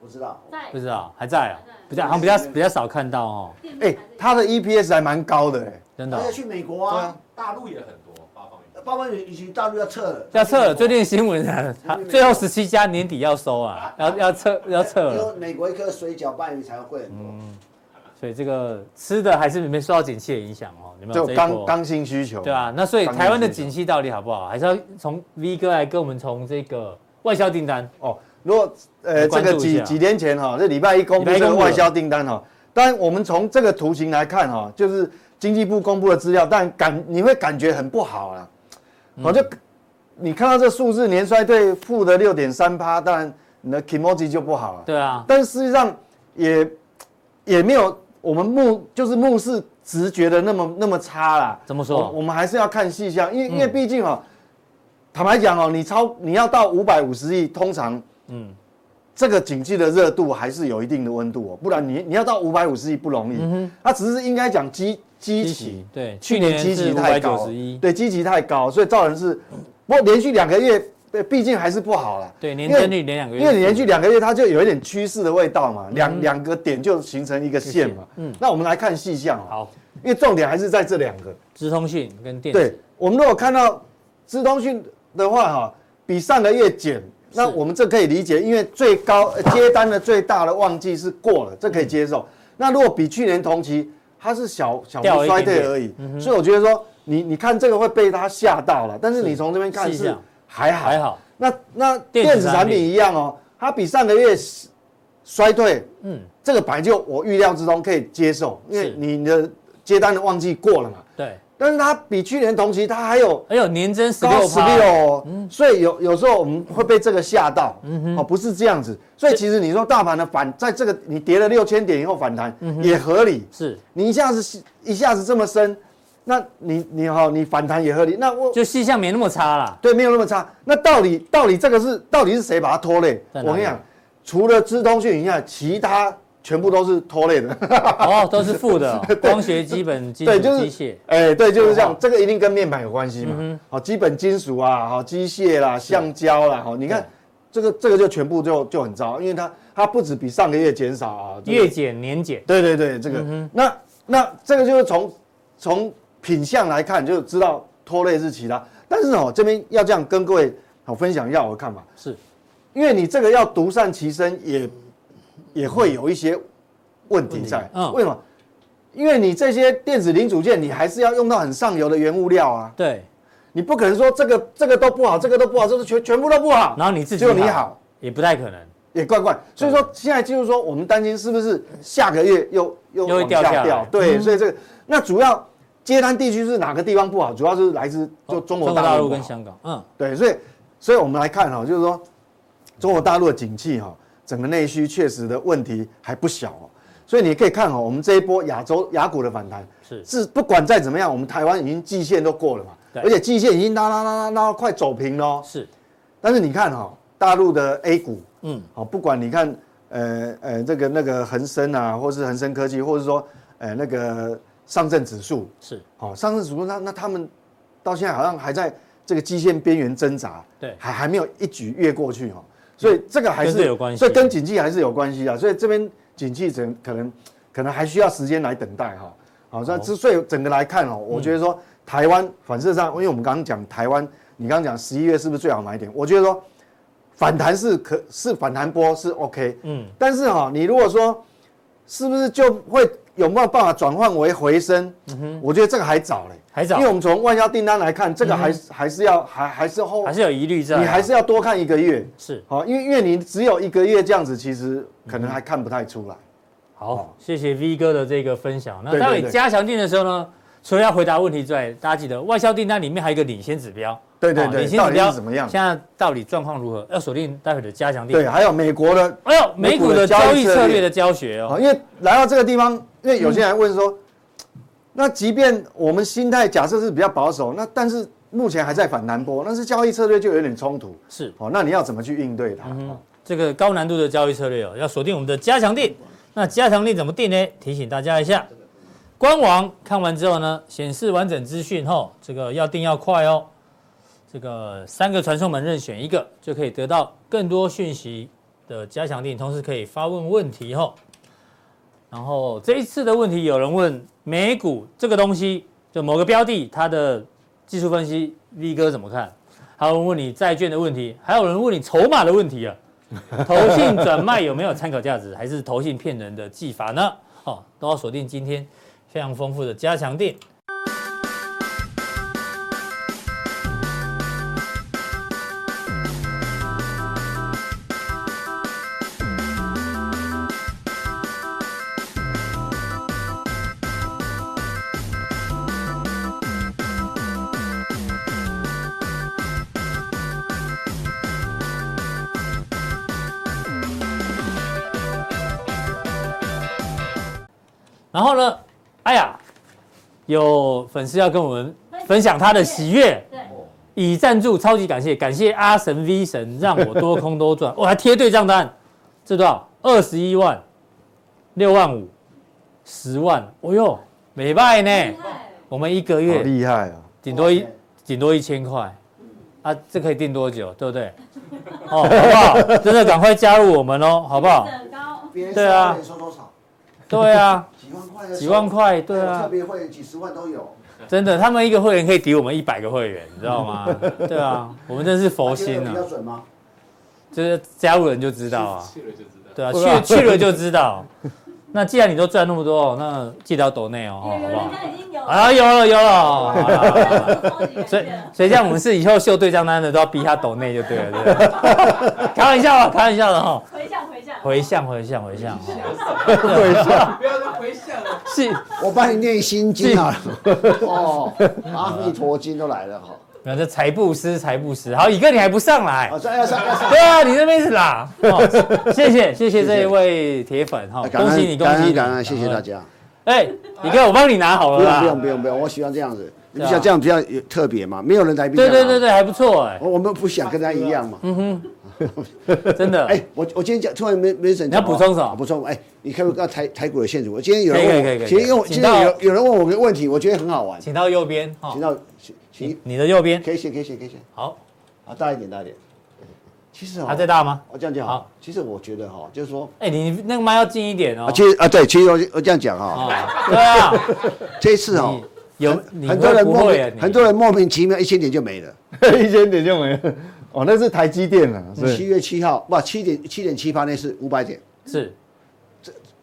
[SPEAKER 3] 不知道，
[SPEAKER 4] 在
[SPEAKER 1] 不知道还在啊
[SPEAKER 4] 还在，
[SPEAKER 1] 比较好像比较比较少看到哦，
[SPEAKER 4] 店面
[SPEAKER 2] 哎
[SPEAKER 4] 还在，
[SPEAKER 2] 它的 EPS 还蛮高的哎，
[SPEAKER 1] 真的
[SPEAKER 3] 他
[SPEAKER 1] 哦
[SPEAKER 3] 要。去美国
[SPEAKER 2] 对
[SPEAKER 3] 啊
[SPEAKER 2] 啊，
[SPEAKER 5] 大陆也很多八方云集，
[SPEAKER 3] 八万元以及大陆要撤了，
[SPEAKER 1] 要撤了，最近新闻啊，他最后十七家年底要收啊，要要撤要撤
[SPEAKER 3] 因
[SPEAKER 1] 了，嗯
[SPEAKER 3] 为美国一颗水饺鳗鱼才会贵很多，
[SPEAKER 1] 所以这个吃的还是没受到景气的影响哦，你们有
[SPEAKER 2] 就
[SPEAKER 1] 这一
[SPEAKER 2] 刚
[SPEAKER 1] 波？
[SPEAKER 2] 刚性需求，
[SPEAKER 1] 对啊，那所以
[SPEAKER 2] 刚
[SPEAKER 1] 台湾的
[SPEAKER 2] 性需求
[SPEAKER 1] 景气到底好不好，还是要从 V 哥来跟我们从这个外销订单
[SPEAKER 2] 哦，如果呃
[SPEAKER 1] 你
[SPEAKER 2] 这
[SPEAKER 1] 关
[SPEAKER 2] 个
[SPEAKER 1] 注一
[SPEAKER 2] 几
[SPEAKER 1] 下
[SPEAKER 2] 几天前哈，这礼拜一公布
[SPEAKER 1] 礼拜
[SPEAKER 2] 这
[SPEAKER 1] 一公
[SPEAKER 2] 个
[SPEAKER 1] 布的
[SPEAKER 2] 外销订单哈，当然我们从这个图形来看哈，就是经济部公布的资料，但感你会感觉很不好啦。
[SPEAKER 1] 嗯
[SPEAKER 2] 好、就你看到这数字年衰退负的六点三趴，当然你的 emoji 就不好了。
[SPEAKER 1] 对啊，
[SPEAKER 2] 但事实上也也没有我们目就是目视直觉的那么那么差啦。
[SPEAKER 1] 怎么说嗯
[SPEAKER 2] 我我们还是要看细项，因为、因为毕竟哦，坦白讲哦，你超你要到五百五十亿，通常
[SPEAKER 1] 嗯，
[SPEAKER 2] 这个景气的热度还是有一定的温度哦，不然你你要到五百五十亿不容易。它只是应该讲基基
[SPEAKER 1] 嗯基
[SPEAKER 2] 期
[SPEAKER 1] 期，对，
[SPEAKER 2] 去年基期
[SPEAKER 1] 五
[SPEAKER 2] 太
[SPEAKER 1] 百
[SPEAKER 2] 高
[SPEAKER 1] 九
[SPEAKER 2] 了
[SPEAKER 1] 十一，，
[SPEAKER 2] 对，基期太高，所以造成是，不过连续两个月，对，毕竟还是不好了。
[SPEAKER 1] 对，年
[SPEAKER 2] 因为
[SPEAKER 1] 增率连两个月，
[SPEAKER 2] 因为你连续两个月，它就有一点趋势的味道嘛，两两个点就形成一个线嘛。嗯，那我们来看细项啊，
[SPEAKER 1] 好，
[SPEAKER 2] 因为重点还是在这两个。
[SPEAKER 1] 直通讯跟电
[SPEAKER 2] 对
[SPEAKER 1] 子，，
[SPEAKER 2] 我们如果看到资通讯的话，哈，比上个月减，那我们这可以理解，因为最高呃接单的最大的旺季是过了，这可以接受。那如果比去年同期，它是小小
[SPEAKER 1] 掉
[SPEAKER 2] 幅
[SPEAKER 1] 了一
[SPEAKER 2] 衰
[SPEAKER 1] 点
[SPEAKER 2] 退
[SPEAKER 1] 点
[SPEAKER 2] 而已，所以我觉得说，你你看这个会被它吓到了，但是你从这边看
[SPEAKER 1] 细
[SPEAKER 2] 是
[SPEAKER 1] 项
[SPEAKER 2] 还好，
[SPEAKER 1] 还好，
[SPEAKER 2] 那那
[SPEAKER 1] 电子
[SPEAKER 2] 电子产
[SPEAKER 1] 产
[SPEAKER 2] 品
[SPEAKER 1] 品
[SPEAKER 2] 一样哦，它比上个月衰退，
[SPEAKER 1] 嗯，
[SPEAKER 2] 这个本来就我预料之中可以接受，因为
[SPEAKER 1] 是
[SPEAKER 2] 你的接单的旺季过了嘛。
[SPEAKER 1] 对，
[SPEAKER 2] 但是它比去年同期它还有
[SPEAKER 1] 哎呦，年增十
[SPEAKER 2] 高
[SPEAKER 1] 六嗯
[SPEAKER 2] 十六、哦，所以有有时候我们会被这个吓到，哦，不是这样子。所以其实你说大盘的反，在这个你跌了六千点以后反弹
[SPEAKER 1] 嗯
[SPEAKER 2] 也合理，
[SPEAKER 1] 是，
[SPEAKER 2] 你一下子一下子这么深，那你你好、你反弹也合理。那我
[SPEAKER 1] 就细项没那么差
[SPEAKER 2] [LAUGHS]
[SPEAKER 1] 啦，
[SPEAKER 2] 对，没有那么差。那到底到底这个是到底是谁把它拖累？
[SPEAKER 1] 在
[SPEAKER 2] 我
[SPEAKER 1] 哪里啊
[SPEAKER 2] 跟你讲，除了资通讯以外，其他全部都是拖累的。
[SPEAKER 1] 哦，都是负的哦，光学基本金属
[SPEAKER 2] 对，就是
[SPEAKER 1] 机械，
[SPEAKER 2] 哎，对，就是这样
[SPEAKER 1] 哦。嗯
[SPEAKER 2] 这个一定跟面板有关系嘛。好，基本金属啊，好，机械啦，橡胶啦，哦好，你看
[SPEAKER 1] 对
[SPEAKER 2] 这个这个就全部就就很糟，因为它它不止比上个月减少啊，这个
[SPEAKER 1] 月减年减，
[SPEAKER 2] 对对对，这个、
[SPEAKER 1] 嗯
[SPEAKER 2] 那那这个就是从从品相来看就知道拖累是其他，但是哦这边要这样跟各位好分享一下我的看法，
[SPEAKER 1] 是
[SPEAKER 2] 因为你这个要独善其身也也会有一些问题在。
[SPEAKER 1] 嗯
[SPEAKER 2] 为什么？因为你这些电子零组件，你还是要用到很上游的原物料啊，
[SPEAKER 1] 对，
[SPEAKER 2] 你不可能说这个这个都不好，这个都不好，这个全全部都不好，
[SPEAKER 1] 然后你自己
[SPEAKER 2] 只有你好，
[SPEAKER 1] 也不太可能。
[SPEAKER 2] 也怪
[SPEAKER 1] 嗯
[SPEAKER 2] 怪。所以说现在就是说，我们担心是不是下个月又又
[SPEAKER 1] 又会
[SPEAKER 2] 往
[SPEAKER 1] 掉下
[SPEAKER 2] 下
[SPEAKER 1] 来嗯
[SPEAKER 2] 掉？对，所以这个那主要接单地区是哪个地方不好？主要是来自就中国大
[SPEAKER 1] 大
[SPEAKER 2] 陆
[SPEAKER 1] 陆
[SPEAKER 2] 不
[SPEAKER 1] 跟
[SPEAKER 2] 好
[SPEAKER 1] 香港，嗯，
[SPEAKER 2] 对，所以所以我们来看哈、就是说中国大陆的景气哈、整个内需确实的问题还不小哦。所以你可以看哈、我们这一波亚洲雅股的反弹
[SPEAKER 1] 是
[SPEAKER 2] 是不管再怎么样，我们台湾已经季线都过了嘛，
[SPEAKER 1] 对
[SPEAKER 2] 而且季线已经拉拉拉拉拉到快走平了、哦。
[SPEAKER 1] 是，
[SPEAKER 2] 但是你看哈、大陆的 A 股，
[SPEAKER 1] 嗯，
[SPEAKER 2] 好、不管你看呃呃这个那个恒生啊，或是恒生科技，或是说呃那个上证指数，
[SPEAKER 1] 是
[SPEAKER 2] 好、上证指数那那他们到现在好像还在这个基线边缘挣扎，
[SPEAKER 1] 对
[SPEAKER 2] 还还没有一举越过去哈、哦，所以这个还
[SPEAKER 1] 跟
[SPEAKER 2] 是
[SPEAKER 1] 这有关系
[SPEAKER 2] 所以跟景气还是有关系啊，所以这边景气整可能可能还需要时间来等待哈、好，所以之所以整个来看哦，
[SPEAKER 1] 嗯
[SPEAKER 2] 我觉得说台湾反射上，因为我们刚刚讲台湾，你刚刚讲十一月是不是最好买点？我觉得说反弹是可是反弹波是 OK，
[SPEAKER 1] 嗯
[SPEAKER 2] 嗯，但是哈、你如果说是不是就会有没有办法转换为回升？我觉得这个还早嘞，
[SPEAKER 1] 嗯还早嗯
[SPEAKER 2] 因为我们从外销订单来看，这个还、是还是要还还是后，
[SPEAKER 1] 还是有疑虑在啊，
[SPEAKER 2] 你还是要多看一个月，
[SPEAKER 1] 是
[SPEAKER 2] 好，因为因为你只有一个月这样子，其实可能还看不太出来。
[SPEAKER 1] 好，谢谢 V 哥的这个分享。那
[SPEAKER 2] 哦对对
[SPEAKER 1] 待会
[SPEAKER 2] 对
[SPEAKER 1] 加强定的时候呢，除了要回答问题之外，大家记得外销订单里面还有一个领先指标，
[SPEAKER 2] 对对
[SPEAKER 1] 哦
[SPEAKER 2] 对
[SPEAKER 1] 领先
[SPEAKER 2] 到
[SPEAKER 1] 指
[SPEAKER 2] 底
[SPEAKER 1] 标
[SPEAKER 2] 是怎么样
[SPEAKER 1] 现在到底状况如何？要锁定待会的加强定。
[SPEAKER 2] 对，，还有美国的
[SPEAKER 1] 哎呦，美股的交易策略的教学
[SPEAKER 2] 好，
[SPEAKER 1] 哦，
[SPEAKER 2] 因为来到这个地方，因为有些人问说，嗯那即便我们心态假设是比较保守，那但是目前还在反弹波，那是交易策略就有点冲突。
[SPEAKER 1] 是
[SPEAKER 2] 哦，那你要怎么去应对它？哦
[SPEAKER 1] 这个高难度的交易策略哦，要锁定我们的加强定。那加强定怎么定呢？提醒大家一下，官网看完之后呢，显示完整资讯后，这个要定要快哦。这个三个传送门任选一个，就可以得到更多讯息的加强定，同时可以发问问题后。然后这一次的问题，有人问美股这个东西，就某个标的它的技术分析，V 哥怎么看？还有人问你债券的问题，还有人问你筹码的问题啊。 [LAUGHS] 投信转卖有没有参考价值，还是投信骗人的技法呢？哦，都要锁定今天非常丰富的加强店。然后呢，哎呀，有粉丝要跟我们
[SPEAKER 4] 哎
[SPEAKER 1] 分享他的喜悦，
[SPEAKER 4] 对，
[SPEAKER 5] 哦
[SPEAKER 1] 已赞助，超级感谢，感谢阿神 V 神让我多空都 [LAUGHS] 赚，我还贴对账单，这多少？二十一万，六万五，十万，哦哟，美拜呢
[SPEAKER 4] 厉，害
[SPEAKER 1] 我们一个
[SPEAKER 2] 好
[SPEAKER 1] 月
[SPEAKER 2] 厉害啊！
[SPEAKER 1] 顶多一
[SPEAKER 3] 哇塞
[SPEAKER 1] 顶多一千块，啊，这可以订多久，对不对？哦，好不好？ [LAUGHS] 真的赶快加入我们哦，好不好？
[SPEAKER 4] 很高，
[SPEAKER 3] 别人
[SPEAKER 1] 对啊
[SPEAKER 3] 收多少？
[SPEAKER 1] 对 [LAUGHS] 啊，
[SPEAKER 3] 几万块的收？
[SPEAKER 1] 几万块，对
[SPEAKER 3] 还有特
[SPEAKER 1] 啊，
[SPEAKER 3] 别会几十万都有。
[SPEAKER 1] 真的，他们一个会员可以抵我们一百个会员，你知道吗？ [LAUGHS] 对啊，我们真是佛心
[SPEAKER 3] 啊
[SPEAKER 1] 啊
[SPEAKER 3] 觉得有
[SPEAKER 1] [LAUGHS]
[SPEAKER 3] 比，较准吗？
[SPEAKER 1] 就是加入人就知道啊，
[SPEAKER 5] 去了就知道。
[SPEAKER 1] [LAUGHS] 对啊，去去了就知道。那既然你都赚那么多，那记得要抖内 [LAUGHS] 哦，好
[SPEAKER 4] 有
[SPEAKER 1] 不
[SPEAKER 4] 人
[SPEAKER 1] 好？
[SPEAKER 4] 家已经有
[SPEAKER 1] 啊，有了有了好啦，好啦好啦
[SPEAKER 4] 超级
[SPEAKER 1] 所以
[SPEAKER 4] 感谢
[SPEAKER 1] 所以这样，我们是以后秀对账单的都要逼他抖内就对了，对不 [LAUGHS] 对？开玩笑啊，开玩笑的哈。
[SPEAKER 4] 回向回向
[SPEAKER 1] 回向回向回向，哦
[SPEAKER 5] 回向，不要再回向了。
[SPEAKER 1] 是
[SPEAKER 3] 我帮你念心经啊！ [LAUGHS] 哦，阿弥陀经都来了哈。
[SPEAKER 1] 没有这财布施财布施。好，乙哥你还不上来
[SPEAKER 3] 啊，？这要上要上。
[SPEAKER 1] 对啊，你这边是啦。哦 [LAUGHS] 谢谢谢谢这一位铁粉哈，
[SPEAKER 3] 感
[SPEAKER 1] 恭喜
[SPEAKER 3] 恩
[SPEAKER 1] 你恭
[SPEAKER 3] 哎
[SPEAKER 1] 喜
[SPEAKER 3] 感
[SPEAKER 1] 你，
[SPEAKER 3] 恩感恩，谢谢大。家。
[SPEAKER 1] 哎，乙哥我帮你拿好
[SPEAKER 3] 不
[SPEAKER 1] 了
[SPEAKER 3] 用不用
[SPEAKER 1] 啦。
[SPEAKER 3] 不用不用，我喜欢这样子。你
[SPEAKER 1] 对
[SPEAKER 3] 不
[SPEAKER 1] 啊
[SPEAKER 3] 想这样比较有特别嘛？没有人来宾。
[SPEAKER 1] 对对对。对，还不错哎，
[SPEAKER 3] 我我们不想跟他一样嘛。
[SPEAKER 1] 真的。
[SPEAKER 3] 哎，我我今天讲突然没没人讲。
[SPEAKER 1] 嗯你要补充什么
[SPEAKER 3] 啊补充哎，你看不看台台股的现主？我今天有
[SPEAKER 1] 可以
[SPEAKER 3] 人
[SPEAKER 1] 可以
[SPEAKER 3] 问
[SPEAKER 1] 可以
[SPEAKER 3] 我，
[SPEAKER 1] 可以
[SPEAKER 3] 今天有
[SPEAKER 1] 请
[SPEAKER 3] 今天有
[SPEAKER 1] 到
[SPEAKER 3] 有人问我个问题，我觉得很好玩。
[SPEAKER 1] 请到右边哈
[SPEAKER 3] 请，到请请
[SPEAKER 1] 你的右边。
[SPEAKER 3] 可以写可以写可以写
[SPEAKER 1] 好，
[SPEAKER 3] 啊，大一点大一点。其实
[SPEAKER 1] 还
[SPEAKER 3] 啊，
[SPEAKER 1] 在大吗？
[SPEAKER 3] 我这样讲
[SPEAKER 1] 好
[SPEAKER 3] 好。其实我觉得哈，就是说
[SPEAKER 1] 哎，你那个麦要近一点哦
[SPEAKER 3] 啊，。其实啊，对，其实我我这样讲哈，
[SPEAKER 1] 啊，对啊，
[SPEAKER 3] 这一次哦
[SPEAKER 1] 你，有
[SPEAKER 3] 很
[SPEAKER 1] 你
[SPEAKER 3] 很多人
[SPEAKER 1] 不
[SPEAKER 3] 莫
[SPEAKER 1] 会啊，
[SPEAKER 3] 名
[SPEAKER 1] 你
[SPEAKER 3] 很多人莫名其妙一千点就没了。
[SPEAKER 2] [LAUGHS] 一千点就没了，哦，那是台积电了，所
[SPEAKER 3] 七
[SPEAKER 2] 以
[SPEAKER 3] 月七号不七点七点七八那是五百点，
[SPEAKER 1] 是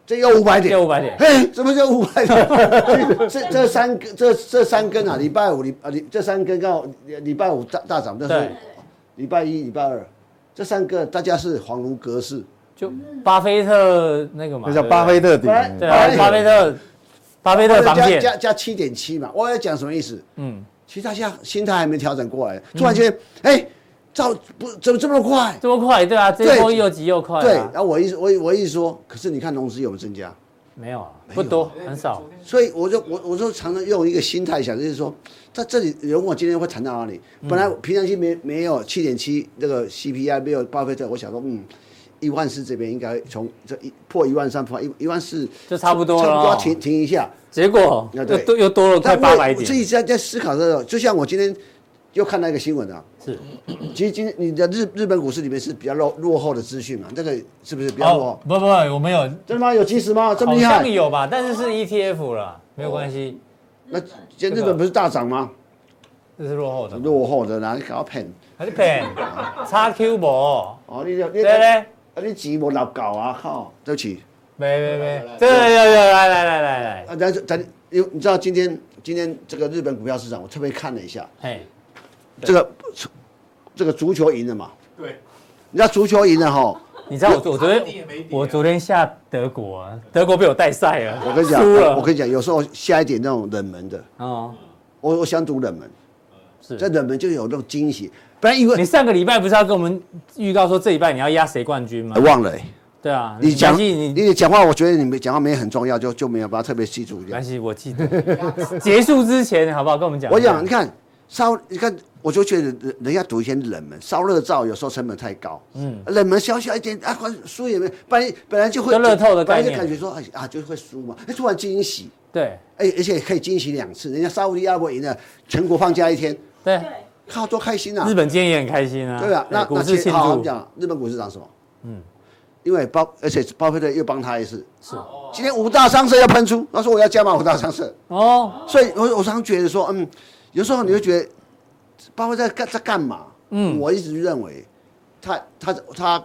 [SPEAKER 3] 这要五百点，
[SPEAKER 1] 要500点
[SPEAKER 3] 嘿，什么叫五百点？ [LAUGHS] 这这三根，这这三根啊，礼拜五、礼啊礼这三根刚好礼礼拜五大大涨，但是
[SPEAKER 1] 对
[SPEAKER 3] 礼拜一、礼拜二这三个大家是恍如隔世。
[SPEAKER 1] 就巴菲特那个嘛，
[SPEAKER 2] 那叫
[SPEAKER 1] 对不对
[SPEAKER 2] 巴菲特顶，
[SPEAKER 1] 对啊，巴菲特，巴菲特
[SPEAKER 3] 加
[SPEAKER 1] 防线，
[SPEAKER 3] 加加七点七嘛，我要讲什么意思？
[SPEAKER 1] 嗯，
[SPEAKER 3] 其实大家心态还没调整过来，突然间，哎、照不怎么这么快？
[SPEAKER 1] 这么快，对啊，这
[SPEAKER 3] 对
[SPEAKER 1] 一波又急又快、啊，
[SPEAKER 3] 对，然后我一我一我一说，可是你看融资有没有增加？
[SPEAKER 1] 没有啊，不多，很少，
[SPEAKER 3] 所以我就我我就常常用一个心态想，就是说，在这里人我今天会谈到哪里？本
[SPEAKER 1] 嗯
[SPEAKER 3] 来平常期没没有七点七这个 CPI 没有巴菲特，我想说，嗯，一万四这边应该从这一破一万三破一一万四，
[SPEAKER 1] 就差不多了
[SPEAKER 3] 差
[SPEAKER 1] 哦
[SPEAKER 3] 不多要停停一下。
[SPEAKER 1] 结果
[SPEAKER 3] 啊
[SPEAKER 1] 又
[SPEAKER 3] 对
[SPEAKER 1] 多又多了快
[SPEAKER 3] 但
[SPEAKER 1] 八
[SPEAKER 3] 我
[SPEAKER 1] 百
[SPEAKER 3] 我自己
[SPEAKER 1] 点，
[SPEAKER 3] 在在思考的时候，就像我今天又看到一个新闻啊，
[SPEAKER 1] 是
[SPEAKER 3] 其实今天你的日日本股市里面是比较落落后的资讯嘛，这个是不是比较落后？
[SPEAKER 1] 哦不不，我们有，
[SPEAKER 3] 真的吗？有及时吗？这么
[SPEAKER 1] 好
[SPEAKER 3] 厉害
[SPEAKER 1] 像？有吧，但是是 ETF 啦，没有关系，
[SPEAKER 3] 那今天日本不是大涨吗？
[SPEAKER 1] 这是落后的，
[SPEAKER 3] 落后的哪里搞骗？
[SPEAKER 1] 还是骗，叉 Q 博，
[SPEAKER 3] 哦，你就
[SPEAKER 1] 对
[SPEAKER 3] 你
[SPEAKER 1] 嘞，
[SPEAKER 3] 啊，你钱无立搞啊，靠！对不起，
[SPEAKER 1] 没没没，对对对，来来来来来，
[SPEAKER 3] 啊，咱咱因为你知道今天今天这个日本股票市场，我特别看了一下，
[SPEAKER 1] 嘿，
[SPEAKER 3] 这个这个足球赢了嘛？
[SPEAKER 5] 对，
[SPEAKER 3] 你知道足球赢了哈，
[SPEAKER 1] 你知道我我昨
[SPEAKER 5] 哪里也没
[SPEAKER 1] 天
[SPEAKER 5] 跌啊
[SPEAKER 1] 我昨天下德国啊，德国被我带赛了，
[SPEAKER 3] 我跟你讲，
[SPEAKER 1] 输了，
[SPEAKER 3] 我跟你讲，有时候下一点那种冷门的，
[SPEAKER 1] 哦，
[SPEAKER 3] 我我想赌冷门，
[SPEAKER 1] 是
[SPEAKER 3] 这冷门就有那种惊喜，不然因为
[SPEAKER 1] 你上个礼拜不是要跟我们预告说这礼拜你要压谁冠军吗
[SPEAKER 3] 哎？忘了欸、
[SPEAKER 1] 对啊，
[SPEAKER 3] 你讲
[SPEAKER 1] 没关系
[SPEAKER 3] 你
[SPEAKER 1] 你
[SPEAKER 3] 你讲话，我觉得你们讲话没很重要，就就没有把它特别记住一
[SPEAKER 1] 没关
[SPEAKER 3] 点。
[SPEAKER 1] 系，我记得。 [LAUGHS] 结束之前好不好？跟我们讲
[SPEAKER 3] 我
[SPEAKER 1] 一下。
[SPEAKER 3] 讲，你看烧，你看，我就觉得人人家赌一些冷门，烧热灶有时候成本太高，嗯，冷门小小一点啊，反正输也没，本来本来就会
[SPEAKER 1] 就乐透的概念
[SPEAKER 3] 本来就感觉说哎啊就会输嘛，哎突然惊喜，
[SPEAKER 1] 对
[SPEAKER 3] 哎而且可以惊喜两次，人家沙特阿拉伯赢了，全国放假一天，
[SPEAKER 1] 对，
[SPEAKER 3] 靠多开心啊！
[SPEAKER 1] 日本今天也很开心啊。
[SPEAKER 3] 对啊，那
[SPEAKER 1] 股
[SPEAKER 3] 那
[SPEAKER 1] 市
[SPEAKER 3] 其实
[SPEAKER 1] 庆
[SPEAKER 3] 好，我
[SPEAKER 1] 祝嗯
[SPEAKER 3] 们。讲日本股市涨什么？因为包，而且巴菲特又帮他一次。是，今天五大商社要喷出，他说我要加码五大商社，
[SPEAKER 1] 哦，
[SPEAKER 3] 所以我我常觉得说，嗯，有时候你会觉得巴菲特在干在干嘛？嗯，我一直认为他他他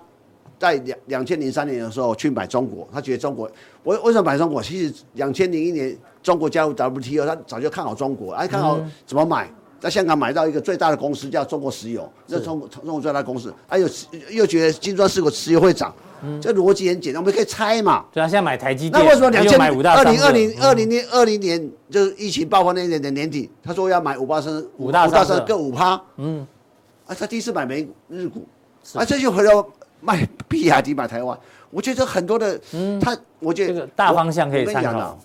[SPEAKER 3] 在两两千零三年的时候去买中国，他觉得中国我为什么买中国？其实两千零一年中国加入 WTO，他早就看好中国，哎，看好怎么买。在香港买到一个最大的公司叫中国石油，这中国中国最大的公司，哎呦，又觉得金砖四国石油会涨，这逻辑很简单，我们可以猜嘛。
[SPEAKER 1] 对啊，现在买台积电，
[SPEAKER 3] 那为什么两
[SPEAKER 1] 又
[SPEAKER 3] 千
[SPEAKER 1] 买五大
[SPEAKER 3] 二
[SPEAKER 1] 商嗯
[SPEAKER 3] 零
[SPEAKER 1] 社？
[SPEAKER 3] 二零二零年二零年就是疫情爆发那一年的年底，他说要买五八三
[SPEAKER 1] 五大商社
[SPEAKER 3] 各五趴，
[SPEAKER 1] 嗯，
[SPEAKER 3] 啊，他第一次买美日股，啊，这就回到卖比亚迪买台湾，我觉得很多的，他我觉
[SPEAKER 1] 嗯
[SPEAKER 3] 得
[SPEAKER 1] 这个大方向可以
[SPEAKER 3] 我跟你
[SPEAKER 1] 参
[SPEAKER 3] 讲啊
[SPEAKER 1] 考。，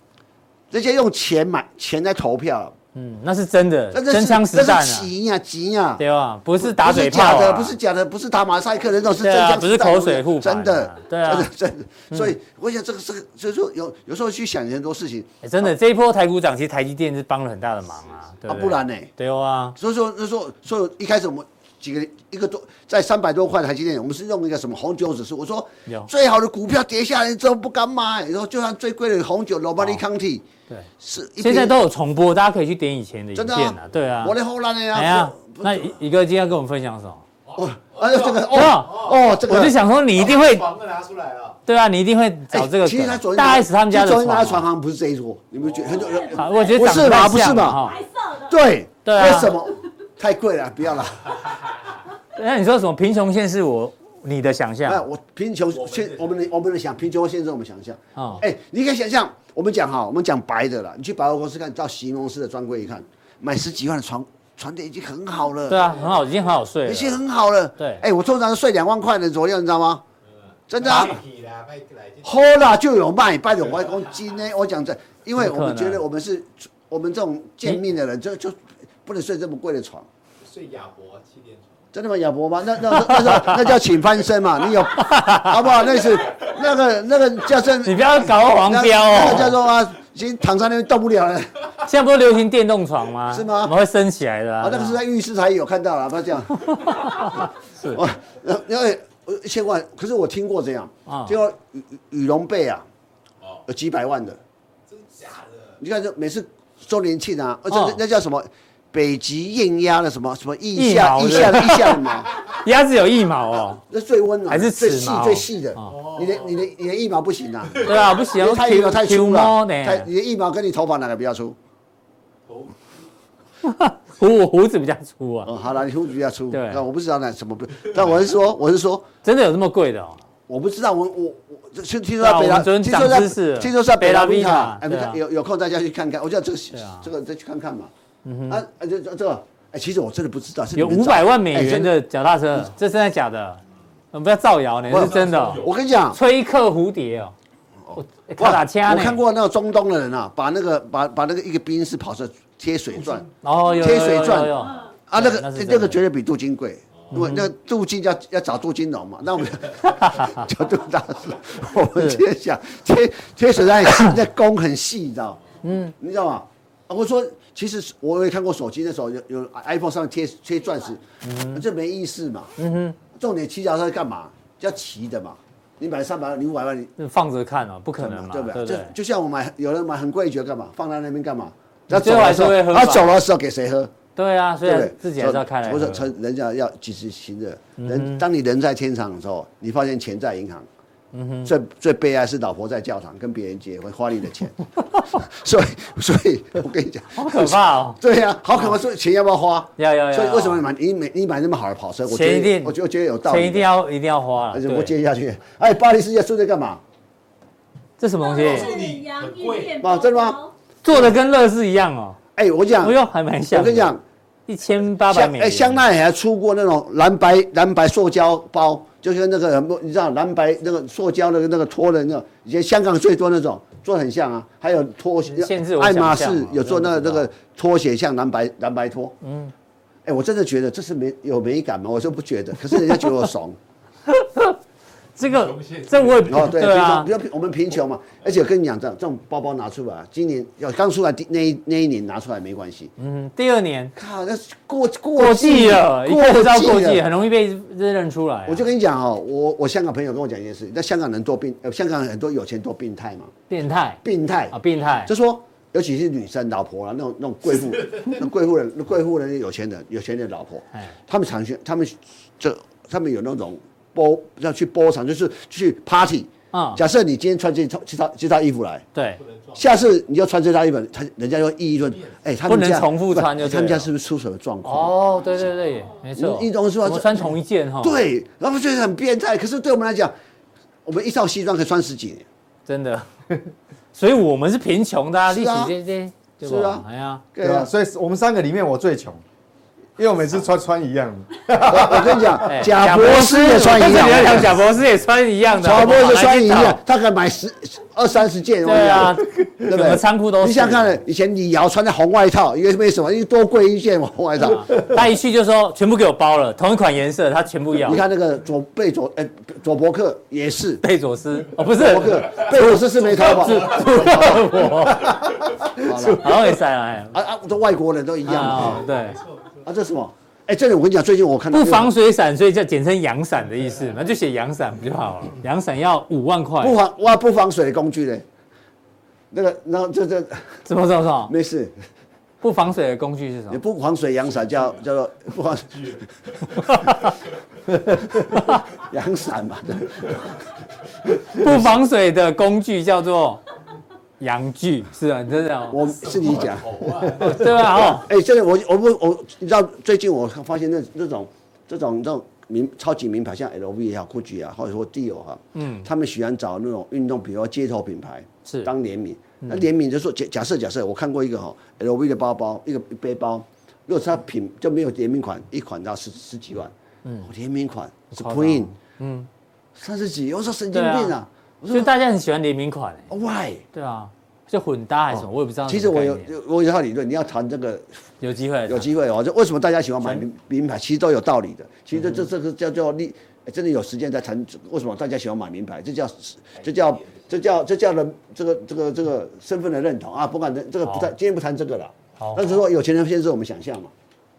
[SPEAKER 3] 人家用钱买钱来投票，
[SPEAKER 1] 嗯，那是真的，
[SPEAKER 3] 那这
[SPEAKER 1] 真
[SPEAKER 3] 是
[SPEAKER 1] 枪实
[SPEAKER 3] 那
[SPEAKER 1] 弹
[SPEAKER 3] 是
[SPEAKER 1] 啊，
[SPEAKER 3] 急呀急呀，
[SPEAKER 1] 对吧？不是打嘴
[SPEAKER 3] 不是假
[SPEAKER 1] 炮
[SPEAKER 3] 的，
[SPEAKER 1] 啊，
[SPEAKER 3] 不是假的，不是打马赛克的那种，是
[SPEAKER 1] 对
[SPEAKER 3] 真
[SPEAKER 1] 啊
[SPEAKER 3] 枪
[SPEAKER 1] 不
[SPEAKER 3] 实
[SPEAKER 1] 是
[SPEAKER 3] 弹
[SPEAKER 1] 口
[SPEAKER 3] 的
[SPEAKER 1] 水互
[SPEAKER 3] 真
[SPEAKER 1] 盘
[SPEAKER 3] 的
[SPEAKER 1] 啊，对啊
[SPEAKER 3] 真的真的。所以我想这个这个，所以说有有时候去想很多事情，
[SPEAKER 1] 哎真的，这一波台股涨，其实台积电是帮了很大的忙啊，对
[SPEAKER 3] 啊，
[SPEAKER 1] 对
[SPEAKER 3] 不然呢？
[SPEAKER 1] 对啊，
[SPEAKER 3] 所以说那时候，所以一开始我们几个一个多在三百多块台积电，我们是用一个什么红酒指数，我说
[SPEAKER 1] 有
[SPEAKER 3] 最好的股票跌下来之后不敢买，然后就算最贵的红酒 r o b e r t County
[SPEAKER 1] 对，
[SPEAKER 3] 是
[SPEAKER 1] 哦
[SPEAKER 3] 一瓶
[SPEAKER 1] 现在都有重播，大家可以去点以前的影
[SPEAKER 3] 真
[SPEAKER 1] 片
[SPEAKER 3] 的
[SPEAKER 1] 啊，对啊
[SPEAKER 3] 我。的后来呢？
[SPEAKER 1] 哎呀
[SPEAKER 3] 不，
[SPEAKER 1] 那一一个今天要跟我们分享什么？
[SPEAKER 3] 哦，哎呦这个
[SPEAKER 1] 真的
[SPEAKER 3] 哦哦这个
[SPEAKER 1] 我就想说你一定会
[SPEAKER 5] 房子拿出来了，
[SPEAKER 1] 对啊，你一定会找
[SPEAKER 3] 哎
[SPEAKER 1] 这个
[SPEAKER 3] 其实他
[SPEAKER 1] 梗。
[SPEAKER 3] 昨天
[SPEAKER 1] 大 S 他们家的
[SPEAKER 3] 昨天
[SPEAKER 1] 床
[SPEAKER 3] 他
[SPEAKER 1] 啊
[SPEAKER 3] 的床好像不是这一桌，你们觉得很多人
[SPEAKER 1] 啊，我觉得
[SPEAKER 3] 不是吧
[SPEAKER 1] 吧？
[SPEAKER 3] 不是吧
[SPEAKER 1] 吧？
[SPEAKER 4] 白色的，
[SPEAKER 3] 对
[SPEAKER 1] 对啊
[SPEAKER 3] 为什么太贵了？不要了。
[SPEAKER 1] 那你说什么贫穷线是我你的想
[SPEAKER 3] 哎，
[SPEAKER 1] 象？
[SPEAKER 3] 我贫穷现我们的我们的想贫穷限制我们想象。
[SPEAKER 1] 哦
[SPEAKER 3] 哦，哎，你可以想象，我们讲哈，我们讲白的了，你去百货公司看到席梦思的专柜一看，买十几万的床床垫已经很好了，
[SPEAKER 1] 对啊，很好，已经很好睡
[SPEAKER 3] 已经
[SPEAKER 1] 了。
[SPEAKER 3] 很好了。
[SPEAKER 1] 对
[SPEAKER 3] 哎，我通常睡两万块的左右，你知道吗？真的啊
[SPEAKER 5] 卖体啦，卖来就
[SPEAKER 3] 好啦就有卖，拜托我公今呢，我讲这，因为我们觉得我们是我们这种贱命的人，就就不能睡这么贵的床。
[SPEAKER 5] 睡亚伯气垫床，
[SPEAKER 3] 真的吗？亚伯吗？那那那那那叫请翻身嘛？你有好不好？那是那个那个叫做
[SPEAKER 1] 你不要搞黄标
[SPEAKER 3] 那个叫
[SPEAKER 1] 哦！
[SPEAKER 3] 做啊，已经躺在那边动不了了。
[SPEAKER 1] 现在不是流行电动床吗？
[SPEAKER 3] 是吗
[SPEAKER 1] 我们会升起来的啊。
[SPEAKER 3] 啊，那个是在浴室才有看到了，不要这
[SPEAKER 1] [LAUGHS]
[SPEAKER 3] 样。是，我那因为我千万，可是我听过这样
[SPEAKER 1] 啊，
[SPEAKER 3] 结果羽羽羽绒被啊
[SPEAKER 5] 哦，
[SPEAKER 3] 有几百万的。
[SPEAKER 5] 真假的？
[SPEAKER 3] 你看这每次周年庆啊，而且
[SPEAKER 1] 哦
[SPEAKER 3] 那那叫什么？北极硬压的什么什么腋
[SPEAKER 1] 腋
[SPEAKER 3] 下
[SPEAKER 1] 毛
[SPEAKER 3] 腋
[SPEAKER 1] 是
[SPEAKER 3] 下腋下的毛，
[SPEAKER 1] 鸭子有一毛哦，
[SPEAKER 3] 那最温暖，
[SPEAKER 1] 还是
[SPEAKER 3] 最
[SPEAKER 1] 齿
[SPEAKER 3] 细
[SPEAKER 1] 毛
[SPEAKER 3] 最细的
[SPEAKER 1] 哦。
[SPEAKER 3] 你的你的你的腋毛不
[SPEAKER 1] [LAUGHS]
[SPEAKER 3] 行啊，
[SPEAKER 1] 对啊，不
[SPEAKER 3] [LAUGHS]
[SPEAKER 1] 行
[SPEAKER 3] 因为，太油太粗了，
[SPEAKER 1] 呢，
[SPEAKER 3] 太你的腋毛跟你头发哪个比较粗？
[SPEAKER 5] 头
[SPEAKER 1] 胡我胡子比较粗啊，
[SPEAKER 3] 哦，好了，你胡子比较粗。
[SPEAKER 1] 对
[SPEAKER 3] 那我不知道那什么不，但我是说我是说
[SPEAKER 1] 真的有这么贵的哦？
[SPEAKER 3] 我不知道，我我我听听说
[SPEAKER 1] 对啊
[SPEAKER 3] 在北
[SPEAKER 1] 我
[SPEAKER 3] 拉，
[SPEAKER 1] 们昨天
[SPEAKER 3] 听说
[SPEAKER 1] 长知识
[SPEAKER 3] 在
[SPEAKER 1] 了
[SPEAKER 3] 听说在北拉维塔，
[SPEAKER 1] 北拉
[SPEAKER 3] 哎，
[SPEAKER 1] 维塔对啊
[SPEAKER 3] 有有空大家去看看，我觉得这个
[SPEAKER 1] 啊嗯
[SPEAKER 3] 这个再去看看嘛。啊啊，这这这个，哎，其实我真的不知道，是你
[SPEAKER 1] 有
[SPEAKER 3] 们
[SPEAKER 1] 五
[SPEAKER 3] 找
[SPEAKER 1] 百万美
[SPEAKER 3] 哎真
[SPEAKER 1] 元
[SPEAKER 3] 的
[SPEAKER 1] 的脚踏车，这真的假的？我们不要造谣呢，
[SPEAKER 3] 我
[SPEAKER 1] 是真的哦。
[SPEAKER 3] 我跟你讲，
[SPEAKER 1] 崔克蝴蝶哦，我卡打掐
[SPEAKER 3] 我
[SPEAKER 1] 呢，
[SPEAKER 3] 看，过那个中东的人啊，把那个把把那个一个冰室跑车贴水钻
[SPEAKER 1] 哦，有
[SPEAKER 3] 贴水钻
[SPEAKER 1] 有有有有
[SPEAKER 3] 啊，那个
[SPEAKER 1] 那是真的哦
[SPEAKER 3] 那个绝对比镀金贵。因为那个镀金要要找镀金龙嘛， [LAUGHS] 那
[SPEAKER 1] [LAUGHS]
[SPEAKER 3] 我们就镀大师。我们今天想贴贴水钻很细， [LAUGHS] 那工很细，你知道？嗯，你知道吗？啊我说，其实我也看过手机，那时候有有 iPhone 上面贴贴钻石，这没意思嘛。嗯哼，重点骑脚踏车干嘛？要骑的嘛。你买三百万，你五百万，你
[SPEAKER 1] 那放着看哦，不可
[SPEAKER 3] 干
[SPEAKER 1] 能嘛，
[SPEAKER 3] 对
[SPEAKER 1] 对
[SPEAKER 3] 不
[SPEAKER 1] 不
[SPEAKER 3] 对？
[SPEAKER 1] 对
[SPEAKER 3] 就？就像我买，有人买很贵一绝干嘛？放在那边干嘛？他
[SPEAKER 1] 最后还是
[SPEAKER 3] 走的
[SPEAKER 1] 会
[SPEAKER 3] 时候
[SPEAKER 1] 喝
[SPEAKER 3] 他
[SPEAKER 1] 吧
[SPEAKER 3] 走的时候给谁喝？
[SPEAKER 1] 对啊，所以
[SPEAKER 3] 对不对？
[SPEAKER 1] 自己还是要看啊嗯来
[SPEAKER 3] 或者
[SPEAKER 1] 喝
[SPEAKER 3] 趁人家要及时行乐。人当你人在天堂的时候，你发现钱在银行。
[SPEAKER 1] 嗯
[SPEAKER 3] 最最悲哀是老婆在教堂跟别人结婚花你的钱， [LAUGHS] 所以所以我跟你讲，
[SPEAKER 1] 好可怕哦！
[SPEAKER 3] 对呀、好可怕，所以钱要不要花？
[SPEAKER 1] 要要要
[SPEAKER 3] 所以为什么你买你买你买那么好的跑车？我觉
[SPEAKER 1] 钱一
[SPEAKER 3] 得
[SPEAKER 1] 定
[SPEAKER 3] 我觉得我觉得有道理的。
[SPEAKER 1] 钱一定要一定要花了，
[SPEAKER 3] 而且我
[SPEAKER 1] 对
[SPEAKER 3] 接下去，哎，巴黎世界住在干嘛？
[SPEAKER 1] 这什么东西？
[SPEAKER 4] 是洋芋片
[SPEAKER 3] 哇真的吗？
[SPEAKER 1] 做的跟乐视一样哦，
[SPEAKER 3] 哎，我讲，
[SPEAKER 1] 不用还蛮像。
[SPEAKER 3] 我跟你，讲，
[SPEAKER 1] 一千八百
[SPEAKER 3] 香
[SPEAKER 1] 美
[SPEAKER 3] 哎，
[SPEAKER 1] 元，
[SPEAKER 3] 香奈儿还出过那种蓝白蓝白塑胶包，就是那个什么，你知道蓝白那个塑胶的那个拖的那个，以前香港最多那种，做得很像啊。还有拖鞋
[SPEAKER 1] 限制，我
[SPEAKER 3] 爱
[SPEAKER 1] 想象
[SPEAKER 3] 马
[SPEAKER 1] 啊
[SPEAKER 3] 仕有做那
[SPEAKER 1] 我真的
[SPEAKER 3] 个那
[SPEAKER 1] 不知道
[SPEAKER 3] 个拖鞋像蓝白蓝白拖，嗯，哎，我真的觉得这是美有美感吗？我就不觉得，可是人家觉得
[SPEAKER 1] [LAUGHS]
[SPEAKER 3] 我怂。
[SPEAKER 1] 这个
[SPEAKER 5] 穷线
[SPEAKER 1] 这我也
[SPEAKER 3] 哦，对，对
[SPEAKER 1] 啊
[SPEAKER 3] 比，如我们贫穷嘛，而且我跟你讲，这样这种包包拿出来，今年要刚出来第那一那一年拿出来没关系，
[SPEAKER 1] 嗯，第二年
[SPEAKER 3] 靠，那是过
[SPEAKER 1] 过
[SPEAKER 3] 过
[SPEAKER 1] 季了，一
[SPEAKER 3] 过
[SPEAKER 1] 看就知道过
[SPEAKER 3] 季
[SPEAKER 1] 季，
[SPEAKER 3] 了。
[SPEAKER 1] 很容易被认出来啊。
[SPEAKER 3] 我就跟你讲哦，我我香港朋友跟我讲一件事，那香港人多病，呃，香港很多有钱多病态嘛，
[SPEAKER 1] 变态
[SPEAKER 3] 病态
[SPEAKER 1] 啊，变态
[SPEAKER 3] 就说尤其是女生老婆啦，那种那种
[SPEAKER 1] [LAUGHS]
[SPEAKER 3] 贵妇，那贵妇人、那贵妇人有钱人、有钱人的老婆
[SPEAKER 1] 哎，
[SPEAKER 3] 他们常去，他们这他们有那种波要去波场，就是去 party。
[SPEAKER 1] 啊，
[SPEAKER 3] 假设你今天穿这套这套这套衣服来，
[SPEAKER 1] 对
[SPEAKER 5] 不，能
[SPEAKER 1] [LAUGHS]
[SPEAKER 5] 撞，
[SPEAKER 3] 下次你就穿这套衣服，他人家就议论，哎、他们
[SPEAKER 1] 不能
[SPEAKER 3] 家
[SPEAKER 1] 重复穿就
[SPEAKER 3] 不他们
[SPEAKER 1] 对
[SPEAKER 3] 家
[SPEAKER 1] 了
[SPEAKER 3] 是不是出什么状况？
[SPEAKER 1] 哦，对对对，没错，
[SPEAKER 3] 一种是吧
[SPEAKER 1] 我们穿同一件哈，，
[SPEAKER 3] 对，然后就是很变态。可是对我们来讲，我们一套西装可以穿十几年，
[SPEAKER 1] 真的， [LAUGHS] 所以我们是贫穷的啊，
[SPEAKER 3] 是
[SPEAKER 1] 历史
[SPEAKER 3] 啊
[SPEAKER 1] 这这，对
[SPEAKER 3] 是
[SPEAKER 1] 不
[SPEAKER 3] 啊？
[SPEAKER 1] 哎呀，
[SPEAKER 2] 对吧？所以我们三个里面我最穷，因为我每次穿穿一样的。
[SPEAKER 3] 我跟你
[SPEAKER 1] [LAUGHS] 哎
[SPEAKER 3] 讲，贾博士也穿一
[SPEAKER 1] 但是你要
[SPEAKER 3] 样
[SPEAKER 1] 讲
[SPEAKER 3] 的，
[SPEAKER 1] 贾博士也穿一样的，
[SPEAKER 3] 贾博士穿一
[SPEAKER 1] 我哪知
[SPEAKER 3] 样
[SPEAKER 1] 道，，
[SPEAKER 3] 他可以买十二三十件，我跟
[SPEAKER 1] 对
[SPEAKER 3] 你
[SPEAKER 1] 啊
[SPEAKER 3] 讲，，对
[SPEAKER 1] [LAUGHS] 怎
[SPEAKER 3] 不
[SPEAKER 1] 么
[SPEAKER 3] 对？
[SPEAKER 1] 仓库都是
[SPEAKER 3] 你想想看，以前李瑶穿的红外套，因为为什么？因为多贵一件红外套。
[SPEAKER 1] 他一去就说全部给我包了，同一款颜色，他全部 [LAUGHS] 要
[SPEAKER 3] 你。看那个左贝佐，哎，佐伯克
[SPEAKER 1] [LAUGHS]
[SPEAKER 3] 也是，
[SPEAKER 1] 贝佐斯哦，不是，
[SPEAKER 3] 佐伯
[SPEAKER 1] [LAUGHS]
[SPEAKER 3] 克，贝佐斯是没头发，
[SPEAKER 1] 好像也塞来
[SPEAKER 3] 啊啊，都外国人都一样
[SPEAKER 1] 啊
[SPEAKER 3] 啊，，
[SPEAKER 1] 对，
[SPEAKER 3] 啊，这什么？哎，这里我跟你讲，最近我看到
[SPEAKER 1] 不防水伞，所以叫简称阳伞的意思，那就写阳伞不就好了？阳伞要五万块，
[SPEAKER 3] 不防哇不防水的工具嘞，那个然后这这
[SPEAKER 1] 怎么怎么怎么？
[SPEAKER 3] 没事，
[SPEAKER 1] 不防水的工具是什
[SPEAKER 3] 你
[SPEAKER 1] 么？
[SPEAKER 3] 不防水阳伞叫叫做不防 [LAUGHS] 阳伞嘛，
[SPEAKER 1] 不防水的工具叫做阳具，是啊，你真的哦，
[SPEAKER 3] 我是你讲。
[SPEAKER 5] 头啊，
[SPEAKER 1] 对吧？哦，
[SPEAKER 3] 哎，真的，我我不我，你知道最近我发现那那种这种这种名超级名牌，像 LV 也好，GUCCI 啊，或者说 Dior 哈、
[SPEAKER 1] 嗯
[SPEAKER 3] 他们喜欢找那种运动，比如说街头品牌，
[SPEAKER 1] 是嗯
[SPEAKER 3] 当联名。那联名就说假假设假设，我看过一个哈、LV 的包包，一个背包，如果是它品就没有联名款，一款到十十几万，嗯，联名款是
[SPEAKER 1] 夸张
[SPEAKER 3] Queen，
[SPEAKER 1] 嗯，
[SPEAKER 3] 三十几，我说神经病
[SPEAKER 1] 对
[SPEAKER 3] 啊
[SPEAKER 1] 啊！
[SPEAKER 3] 我
[SPEAKER 1] 所以
[SPEAKER 3] 说
[SPEAKER 1] 大家很喜欢联名款，哎
[SPEAKER 3] Why？
[SPEAKER 1] 对啊，就混搭还是什么，我也不知道
[SPEAKER 3] 哦其
[SPEAKER 1] 是
[SPEAKER 3] 实
[SPEAKER 1] 什么
[SPEAKER 3] 我
[SPEAKER 1] 概念。
[SPEAKER 3] 有我有一套理论，你要谈这个
[SPEAKER 1] 有机会，
[SPEAKER 3] 有机会哦，就为什么大家喜欢买名名牌，其实都有道理的。其实
[SPEAKER 1] 嗯
[SPEAKER 3] 这这这个叫叫利，真的有时间在谈为什么大家喜欢买名牌，这叫
[SPEAKER 1] 哎
[SPEAKER 3] 这叫这叫这叫人这个这个这个身份的认同啊，不管这个不谈，今天不谈这个了。
[SPEAKER 1] 好
[SPEAKER 3] 但是说有钱人先是我们想象嘛。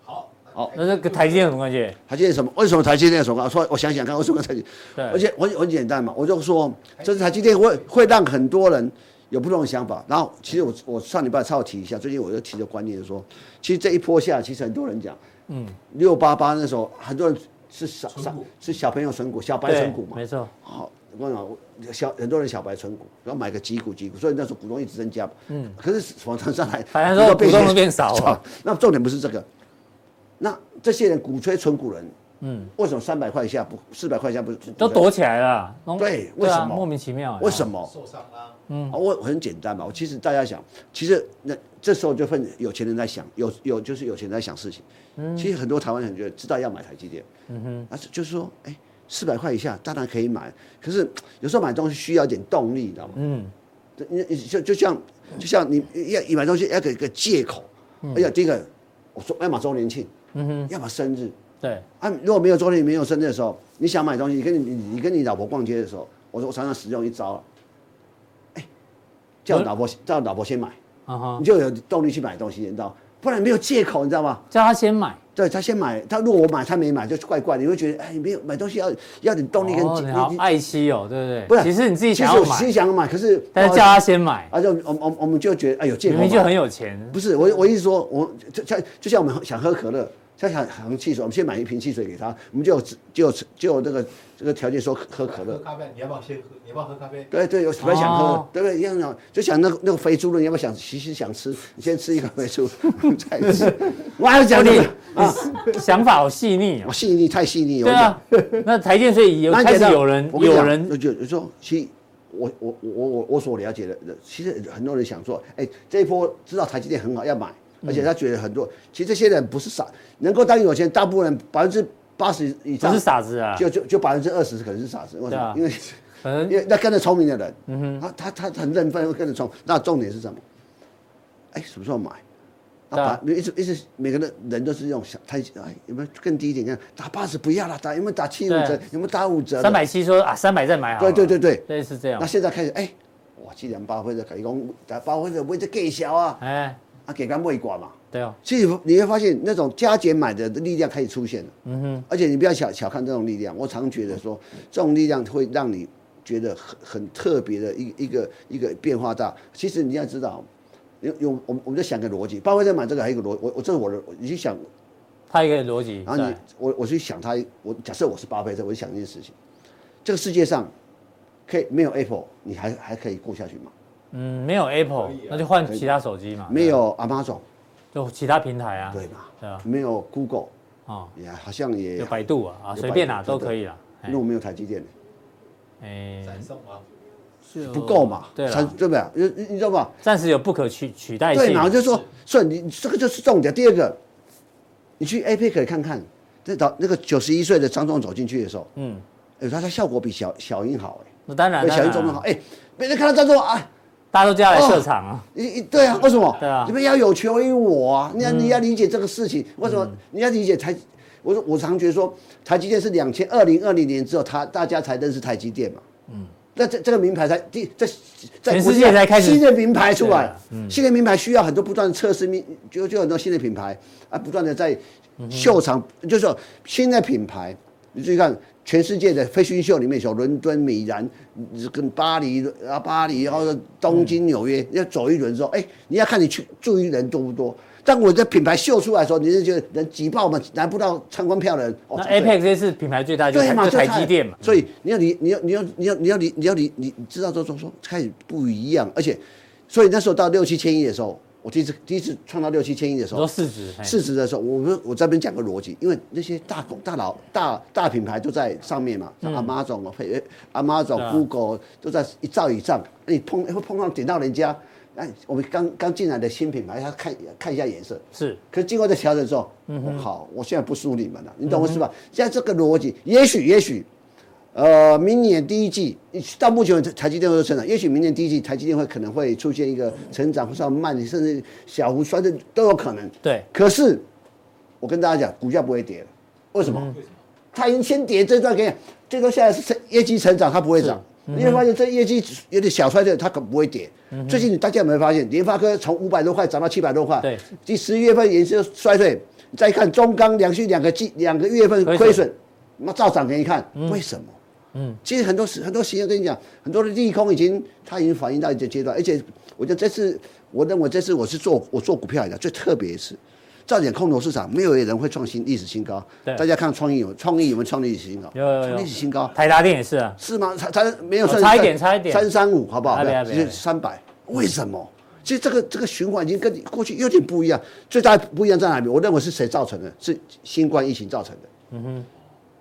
[SPEAKER 5] 好，
[SPEAKER 3] 好，
[SPEAKER 1] 那这跟台积电有什么关系？
[SPEAKER 3] 台积电什么？为什么台积电有什么？我说我想想看，为什么台积？
[SPEAKER 1] 对
[SPEAKER 3] 而且我很我很简单嘛，我就说，这是台积电会会让很多人有不同的想法。然后其实我我上礼拜稍微提一下，最近我就提的观念说，其实这一波下，其实很多人讲，嗯，六八八那时候很多人是小
[SPEAKER 5] 存
[SPEAKER 3] 小
[SPEAKER 5] 股
[SPEAKER 3] 是小朋友存股，小白
[SPEAKER 1] 对
[SPEAKER 3] 存股嘛
[SPEAKER 1] 没。错，
[SPEAKER 3] 好，我跟你讲，我小很多人小白存股，然后买个几股几股，所以那时候股东一直增加。嗯，可是往上上来，
[SPEAKER 1] [LAUGHS] 反而说
[SPEAKER 3] 如果
[SPEAKER 1] 股东都变
[SPEAKER 3] [LAUGHS]
[SPEAKER 1] 少了。
[SPEAKER 3] 那重点不是这个，那这些人鼓吹存股人，嗯，为什么三百块以下不四百块以下不
[SPEAKER 1] 都？躲起来了。
[SPEAKER 3] 对
[SPEAKER 1] 对啊
[SPEAKER 3] 为什么
[SPEAKER 1] 莫名其妙。
[SPEAKER 3] 为什？么？
[SPEAKER 5] 受伤啦，
[SPEAKER 3] 嗯，我很简单嘛。我其实大家想，其实那这时候就分有钱人在想，有有就是有钱人在想事情。其实很多台湾人觉得知道要买台积电，嗯哼，啊，就是说，哎、四百块以下当然可以买，可是有时候买东西需要一点动力，你知道吗？嗯，你你就就像就像你要你买东西要给一个借口，哎呀，第一个我说要么周年庆，嗯哼，要么生日，
[SPEAKER 1] 对，
[SPEAKER 3] 啊，如果没有周年没有生日的时候，你想买东西，你跟你你你跟你老婆逛街的时候，我说我常常使用一招了，啊哎、叫老婆叫老婆先买，
[SPEAKER 1] 啊哈
[SPEAKER 3] 你，就有动力去买东西，你知道？不然没有借口，你知道吗？
[SPEAKER 1] 叫他先买。
[SPEAKER 3] 对他先买，他如果我买他没买，就是怪怪的，你会觉得哎，你没有买东西要要点动力跟
[SPEAKER 1] 哦
[SPEAKER 3] 你
[SPEAKER 1] 你好
[SPEAKER 3] 你
[SPEAKER 1] 爱惜哦，对不对？
[SPEAKER 3] 不是，
[SPEAKER 1] 其实你自己想要
[SPEAKER 3] 其实我
[SPEAKER 1] 买
[SPEAKER 3] 自己，想买，可是
[SPEAKER 1] 但是叫他先买，
[SPEAKER 3] 啊，就我我我们就觉得哎有借
[SPEAKER 1] 明
[SPEAKER 3] 口
[SPEAKER 1] 明
[SPEAKER 3] 嘛，
[SPEAKER 1] 就很有钱。
[SPEAKER 3] 不是我我意思说，我就像就像我们想喝可乐，像想想喝汽水，我们先买一瓶汽水给他，我们就有就有就有那个这个条件说喝可
[SPEAKER 5] 喝
[SPEAKER 3] 乐。
[SPEAKER 5] 咖啡，你要不要先喝？你要不要喝咖啡？
[SPEAKER 3] 对对，有本来想喝，
[SPEAKER 1] 哦
[SPEAKER 3] 对不对？一样想就想那个那个肥猪肉，你要不要想？其实想吃，你先吃一个肥猪，再
[SPEAKER 1] [LAUGHS]
[SPEAKER 3] 吃。我还要
[SPEAKER 1] 哦
[SPEAKER 3] 讲
[SPEAKER 1] 你
[SPEAKER 3] 你啊，
[SPEAKER 1] 你 [LAUGHS] 想法好细腻哦
[SPEAKER 3] 我。细腻太细腻，
[SPEAKER 1] 对啊，那台电所以有
[SPEAKER 3] 我讲，
[SPEAKER 1] 开
[SPEAKER 3] 那你
[SPEAKER 1] 始
[SPEAKER 3] 讲
[SPEAKER 1] 有人
[SPEAKER 3] 我跟你
[SPEAKER 1] 有
[SPEAKER 3] 讲
[SPEAKER 1] 人
[SPEAKER 3] 那就就说，其实我我我我我所了解的，其实很多人想说，哎、这一波知道台积电很好要买，而且他觉得很多，其实这些人不是傻，能够当有钱，大部分人百分之八十以
[SPEAKER 1] 不
[SPEAKER 3] 上
[SPEAKER 1] 是傻子啊，
[SPEAKER 3] 就就就百分之二十可能是傻子，为什
[SPEAKER 1] 对
[SPEAKER 3] 么？
[SPEAKER 1] 啊嗯
[SPEAKER 3] 因为
[SPEAKER 1] 可能
[SPEAKER 3] 因为那跟着聪明的人，他他他他很认真会跟着聪，那重点是什么？哎、什么时候买？
[SPEAKER 1] 对
[SPEAKER 3] 那
[SPEAKER 1] 啊
[SPEAKER 3] 把一直一直每个人人都是这种想，他哎有没有更低一点？看打八十不要了，打有没有打七五
[SPEAKER 1] 对
[SPEAKER 3] 折？有没有打五折的？
[SPEAKER 1] 三百七说啊，三百再买好了。
[SPEAKER 3] 对对对对
[SPEAKER 1] 类似这样
[SPEAKER 3] 那。现在开始，哎、哇，既然巴菲特开工，但巴菲特为这给小啊，
[SPEAKER 1] 哎，
[SPEAKER 3] 啊给他未管嘛。
[SPEAKER 1] 对哦，
[SPEAKER 3] 其实你会发现那种加减买的力量开始出现了，嗯哼，而且你不要小小看这种力量，我常觉得说这种力量会让你觉得很很特别的一一个一个变化大。其实你要知道，有有我们我们在想个逻辑，巴菲特买这个还有一个逻，我我这是我的，你去想，
[SPEAKER 1] 他一个逻辑。
[SPEAKER 3] 然后你
[SPEAKER 1] 对，
[SPEAKER 3] 我我去想他，我假设我是巴菲特，我就想一件事情，这个世界上可以没有 Apple，你还还可以过下去吗？
[SPEAKER 1] 嗯，没有 Apple，
[SPEAKER 5] 可以啊
[SPEAKER 1] 那就换其他手机嘛。
[SPEAKER 3] 啊没有 Amazon，
[SPEAKER 1] 对，就其他平台啊。
[SPEAKER 3] 对吧？
[SPEAKER 1] 对啊，
[SPEAKER 3] 没有 Google，
[SPEAKER 1] 哦，
[SPEAKER 3] 也好像也
[SPEAKER 1] 有百度啊，啊，
[SPEAKER 3] 有
[SPEAKER 1] 随便啦，
[SPEAKER 3] 百度
[SPEAKER 1] 都可以啦。哎
[SPEAKER 3] 如果没有台积电呢，
[SPEAKER 1] 哎，
[SPEAKER 5] 闪送吗？
[SPEAKER 3] 不够嘛，
[SPEAKER 1] 对
[SPEAKER 3] 才
[SPEAKER 1] 了，
[SPEAKER 3] 对不对？你你你知道吧？
[SPEAKER 1] 暂时有不可取取代性。
[SPEAKER 3] 对嘛，我就说，所以你这个就是重点。第二个，你去 APEC 看看，那导那个九十一岁的张总走进去的时候，
[SPEAKER 1] 嗯，
[SPEAKER 3] 哎，他的效果比小小英好哎，
[SPEAKER 1] 那当然，
[SPEAKER 3] 比
[SPEAKER 1] 当
[SPEAKER 3] 小英
[SPEAKER 1] 然
[SPEAKER 3] 总统好
[SPEAKER 1] 啊
[SPEAKER 3] 哎，别人看到张总啊，
[SPEAKER 1] 大家都叫他来设厂啊。
[SPEAKER 3] 你对啊，为什么？
[SPEAKER 1] 对啊嗯
[SPEAKER 3] 你们要有求于我啊！你要你要理解这个事情，为什么？你要理解台，我说我常觉得说，台积电是两千二零二零年之后，他大家才认识台积电嘛。嗯，那这这个名牌才第在在
[SPEAKER 1] 全
[SPEAKER 3] 国
[SPEAKER 1] 世
[SPEAKER 3] 际上
[SPEAKER 1] 界才开始
[SPEAKER 3] 新的名牌出
[SPEAKER 1] 对
[SPEAKER 3] 来
[SPEAKER 1] 啊，
[SPEAKER 3] 新的名牌需要很多不断的测试，名就就很多新的品牌啊，不断的在秀场，就是说新的品牌，你注意看。全世界的飞行秀里面有伦敦、米兰、跟巴黎啊、巴黎，然后东京、纽约，要走一轮之后，哎、你要看你去注意人多不多。当我的品牌秀出来的时候，你就觉得人挤爆嘛，拿不到参观票的人。哦
[SPEAKER 1] 那
[SPEAKER 3] 对
[SPEAKER 1] APEC 这次品牌最大就
[SPEAKER 3] 对
[SPEAKER 1] 台
[SPEAKER 3] 嘛，
[SPEAKER 1] 就
[SPEAKER 3] 就
[SPEAKER 1] 台积电嘛。
[SPEAKER 3] 所以你要理，你要你要你要你要理，你要理，你你知道这种说开始不一样，而且，所以那时候到六七千亿的时候，我第一次第一次创造六七千亿的时
[SPEAKER 1] 你说
[SPEAKER 3] 候，
[SPEAKER 1] 市值，嘿哎
[SPEAKER 3] 市值的时候，我们我这边讲个逻辑，因为那些大公大佬大大品牌都在上面嘛，像 Amazon 啊、配呃 Amazon
[SPEAKER 1] 嗯对、啊
[SPEAKER 3] Google 都在一兆以上，那你碰会碰到点到人家，哎，我们刚刚进来的新品牌，他看看一下颜色，
[SPEAKER 1] 是
[SPEAKER 3] 可是经过这调整之后，我靠，我现在不输你们了，你懂我意思吧？现在这个逻辑，也许也许，呃，明年第一季到目前为止，台积电会成长，也许明年第一季台积电会可能会出现一个成长，或者慢，甚至小幅衰退都有可能。
[SPEAKER 1] 对，
[SPEAKER 3] 可是我跟大家讲，股价不会跌了，为什么？
[SPEAKER 1] 嗯
[SPEAKER 5] 为什么？
[SPEAKER 3] 它已经先跌这段给你，最多下来是成业绩成长，它不会涨。
[SPEAKER 1] 嗯
[SPEAKER 3] 你会发现这业绩有点小衰退，它可不会跌。最近大家有没有发现，联发科从五百多块涨到七百多块？
[SPEAKER 1] 对，
[SPEAKER 3] 第十一月份也是衰退。你再看中钢、两续两个季两个月份亏
[SPEAKER 1] 亏
[SPEAKER 3] 损
[SPEAKER 1] 损，
[SPEAKER 3] 那照涨给你看，为什么？嗯，其实很多时很多企业跟你讲，很多的利空已经它已经反映到一个阶段，而且我觉得这次，我认为这次我是做我做股票来的最特别一次。造点空头市场，没有人会创新历史新高。
[SPEAKER 1] 对
[SPEAKER 3] 大家看创意有创意有没有创历史新高？
[SPEAKER 1] 有有有
[SPEAKER 3] 创历史新高
[SPEAKER 1] 台达电也是啊，
[SPEAKER 3] 是吗？它它没有
[SPEAKER 1] 哦
[SPEAKER 3] 算
[SPEAKER 1] 差一点差一点
[SPEAKER 3] 三三五好不好？
[SPEAKER 1] 啊别啊别啊别啊
[SPEAKER 3] 三百，为什么？其实这个这个循环已经跟你过去有点不一样，最大不一样在哪里？我认为是谁造成的？是新冠疫情造成的。嗯哼，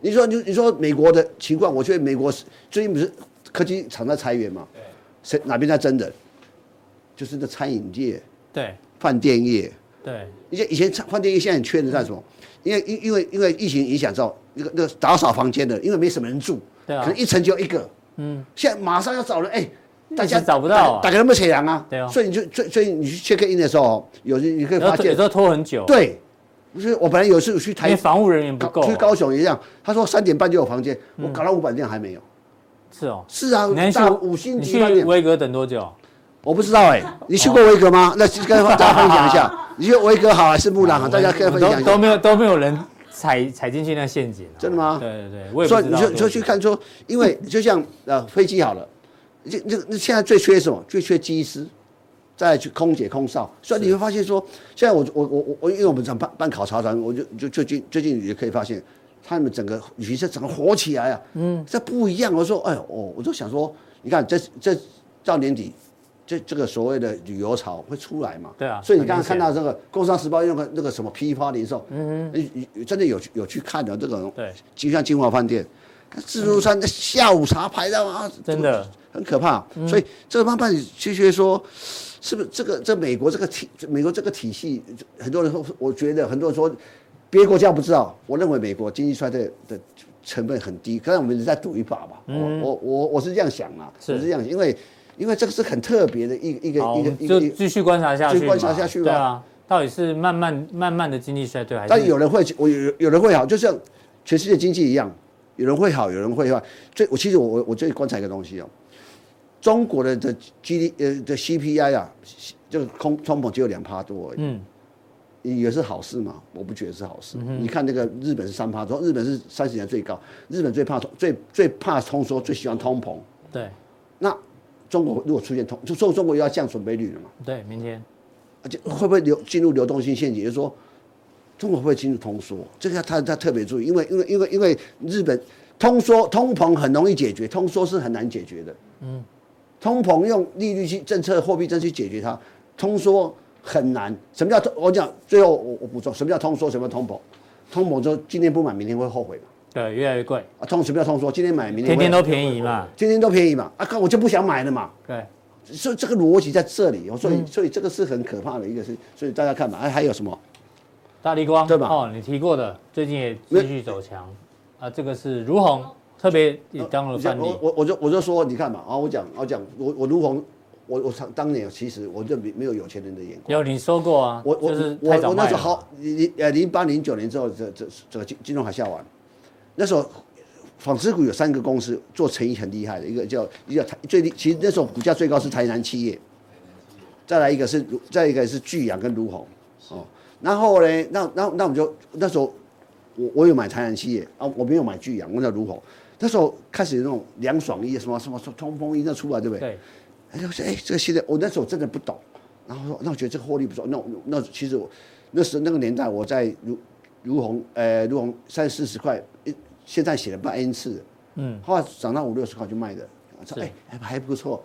[SPEAKER 3] 你说你你说美国的情况，我觉得美国是最近不是科技厂在裁员嘛？
[SPEAKER 5] 对，
[SPEAKER 3] 谁哪边在真人？就是那餐饮业、
[SPEAKER 1] 对
[SPEAKER 3] 饭店业。
[SPEAKER 1] 对，
[SPEAKER 3] 以前以前饭店业现在很缺人在什么？因为因因为因为疫情影响之后，那个那个打扫房间的，因为没什么人住，
[SPEAKER 1] 对啊
[SPEAKER 3] 可能一层就一个，
[SPEAKER 1] 嗯，
[SPEAKER 3] 现在马上要找人，哎、大家
[SPEAKER 1] 一直找不到啊
[SPEAKER 3] 打给他们沈阳啊，
[SPEAKER 1] 对啊
[SPEAKER 3] 所以你就所以所以你去 check in 的时候，有人你可以
[SPEAKER 1] 然
[SPEAKER 3] 发
[SPEAKER 1] 后有
[SPEAKER 3] 现
[SPEAKER 1] 时，候拖很久，，
[SPEAKER 3] 对，就是我本来有一次我去
[SPEAKER 1] 因
[SPEAKER 3] 台
[SPEAKER 1] 为防护人员不够
[SPEAKER 3] 高去
[SPEAKER 1] 啊，
[SPEAKER 3] 高雄也一样，他说三点半就有房间，我搞到五百店还没有，
[SPEAKER 1] 是哦。
[SPEAKER 3] 是啊，
[SPEAKER 1] 你还去
[SPEAKER 3] 大五星
[SPEAKER 1] 你
[SPEAKER 3] 级饭
[SPEAKER 1] 去
[SPEAKER 3] 店，
[SPEAKER 1] 维格等多久？
[SPEAKER 3] 我不知道哎、你去过维格
[SPEAKER 1] [LAUGHS]
[SPEAKER 3] 吗？那跟大家分享一下，你觉得维格好还是木兰好？啊大家可以分享一
[SPEAKER 1] 都都
[SPEAKER 3] 下。
[SPEAKER 1] 没有都没有人踩踩进去那陷阱啊，
[SPEAKER 3] 真的吗
[SPEAKER 1] 对对对，我也
[SPEAKER 3] 所
[SPEAKER 1] 不
[SPEAKER 3] 以
[SPEAKER 1] 知
[SPEAKER 3] 你
[SPEAKER 1] 道
[SPEAKER 3] 就你就去，看说，因为就像呃飞机好了，这这那现在最缺什么？最缺机师，再去空姐、空少。所以你会发现说，现在我我我我我，因为我们想办办考察团，我就就最近最近也可以发现，他们整个旅行社整个火起来啊，嗯，这不一样。我说，哎呦，我我就想说，你看这这到年底。这这个所谓的旅游潮会出来嘛？
[SPEAKER 1] 对啊
[SPEAKER 3] 所以你刚刚
[SPEAKER 1] 很
[SPEAKER 3] 看
[SPEAKER 1] 明显
[SPEAKER 3] 到这个《工商时报》用个那个什么批发零售，嗯嗯，真的有去有去看的这个，
[SPEAKER 1] 对，
[SPEAKER 3] 就像金华饭店，自助餐的下午茶排到啊，
[SPEAKER 1] 真的嗯
[SPEAKER 3] 很可怕。所以这个慢慢去学说，是不是这个这美国这个体美国这个体系，很多人说，我觉得很多人说，别的国家不知道，我认为美国经济衰退的成本很低，可能我们再赌一把吧。我我我我是这样想啊，
[SPEAKER 1] 嗯是
[SPEAKER 3] 我是这样想，因为因为这个是很特别的一个一个
[SPEAKER 1] 好，我
[SPEAKER 3] 一
[SPEAKER 1] 们
[SPEAKER 3] 个一个
[SPEAKER 1] 就
[SPEAKER 3] 一个。
[SPEAKER 1] 继续观察下去嘛，
[SPEAKER 3] 继续观察下去吧
[SPEAKER 1] 对啊，到底是慢慢慢慢的经济衰退还是？
[SPEAKER 3] 但有人会，我有有人会好，就像全世界经济一样，有人会好，有人会坏。最我其实我我我最观察一个东西哦，中国的的 G D 呃的 C P I 啊，就是通通膨只有两趴多而已。
[SPEAKER 1] 嗯，
[SPEAKER 3] 也是好事嘛？我不觉得是好事。你看那个日本是三趴多，日本是三十年最高，日本最怕通最最怕通缩，最喜欢通膨。
[SPEAKER 1] 对
[SPEAKER 3] 那中国如果出现通，就中中国又要降准备率了嘛？
[SPEAKER 1] 对，明天
[SPEAKER 3] 而且会不会流进入流动性陷阱？也就是说，中国会不会进入通缩？这个要他他特别注意，因为因为因为因为日本通缩通膨很容易解决，通缩是很难解决的。嗯，通膨用利率去政策、货币政策去解决它，通缩很难。什么叫通？我讲最后我我补充，什么叫通缩？什么叫通膨？通膨就今天不买，明天会后悔嘛？
[SPEAKER 1] 对越来越贵，
[SPEAKER 3] 啊，通什么叫通缩？今天买，明天
[SPEAKER 1] 天
[SPEAKER 3] 会
[SPEAKER 1] 天都便宜嘛，
[SPEAKER 3] 天天都便宜嘛？啊，看我就不想买了嘛。
[SPEAKER 1] 对，
[SPEAKER 3] 所以这个逻辑在这里，哦，所以所以这个是很可怕的一个事，所以大家看嘛，哎，还有什么？
[SPEAKER 1] 大力光
[SPEAKER 3] 对吧
[SPEAKER 1] 哦，你提过的，最近也继续走强啊，这个是如虹，特别也当了范例
[SPEAKER 3] 呃我，我我就我就说，你看嘛，啊，我讲我讲，我我如虹，我我当当年其实我就没没有有钱人的眼光，
[SPEAKER 1] 有你说过啊，
[SPEAKER 3] 我我
[SPEAKER 1] 就是
[SPEAKER 3] 我
[SPEAKER 1] 太早
[SPEAKER 3] 我那
[SPEAKER 1] 卖
[SPEAKER 3] 时
[SPEAKER 1] 了
[SPEAKER 3] 候
[SPEAKER 1] 嘛，
[SPEAKER 3] 好零呃零八零九年之后，这这这个金金融海啸完，那时候纺织股有三个公司做成衣很厉害的，一个叫一个叫台最厉，其实那时候股价最高是台南企业，再来一个是如再一个是巨阳跟如虹哦，然后呢，那那那我们就那时候我我有买台南企业啊，我没有买巨阳，我叫如虹，那时候开始有那种凉爽衣什么什么什么通风衣那出来对不对？
[SPEAKER 1] 对，
[SPEAKER 3] 哎，我说哎，这个现在我那时候真的不懂，然后说那我觉得这个获利不错，那我那其实我那时候那个年代我在如如虹呃如虹三四十块，一现在写了半 N 次，
[SPEAKER 1] 嗯，
[SPEAKER 3] 后来涨到五六十块就卖的，我说
[SPEAKER 1] 是
[SPEAKER 3] 哎还还不错，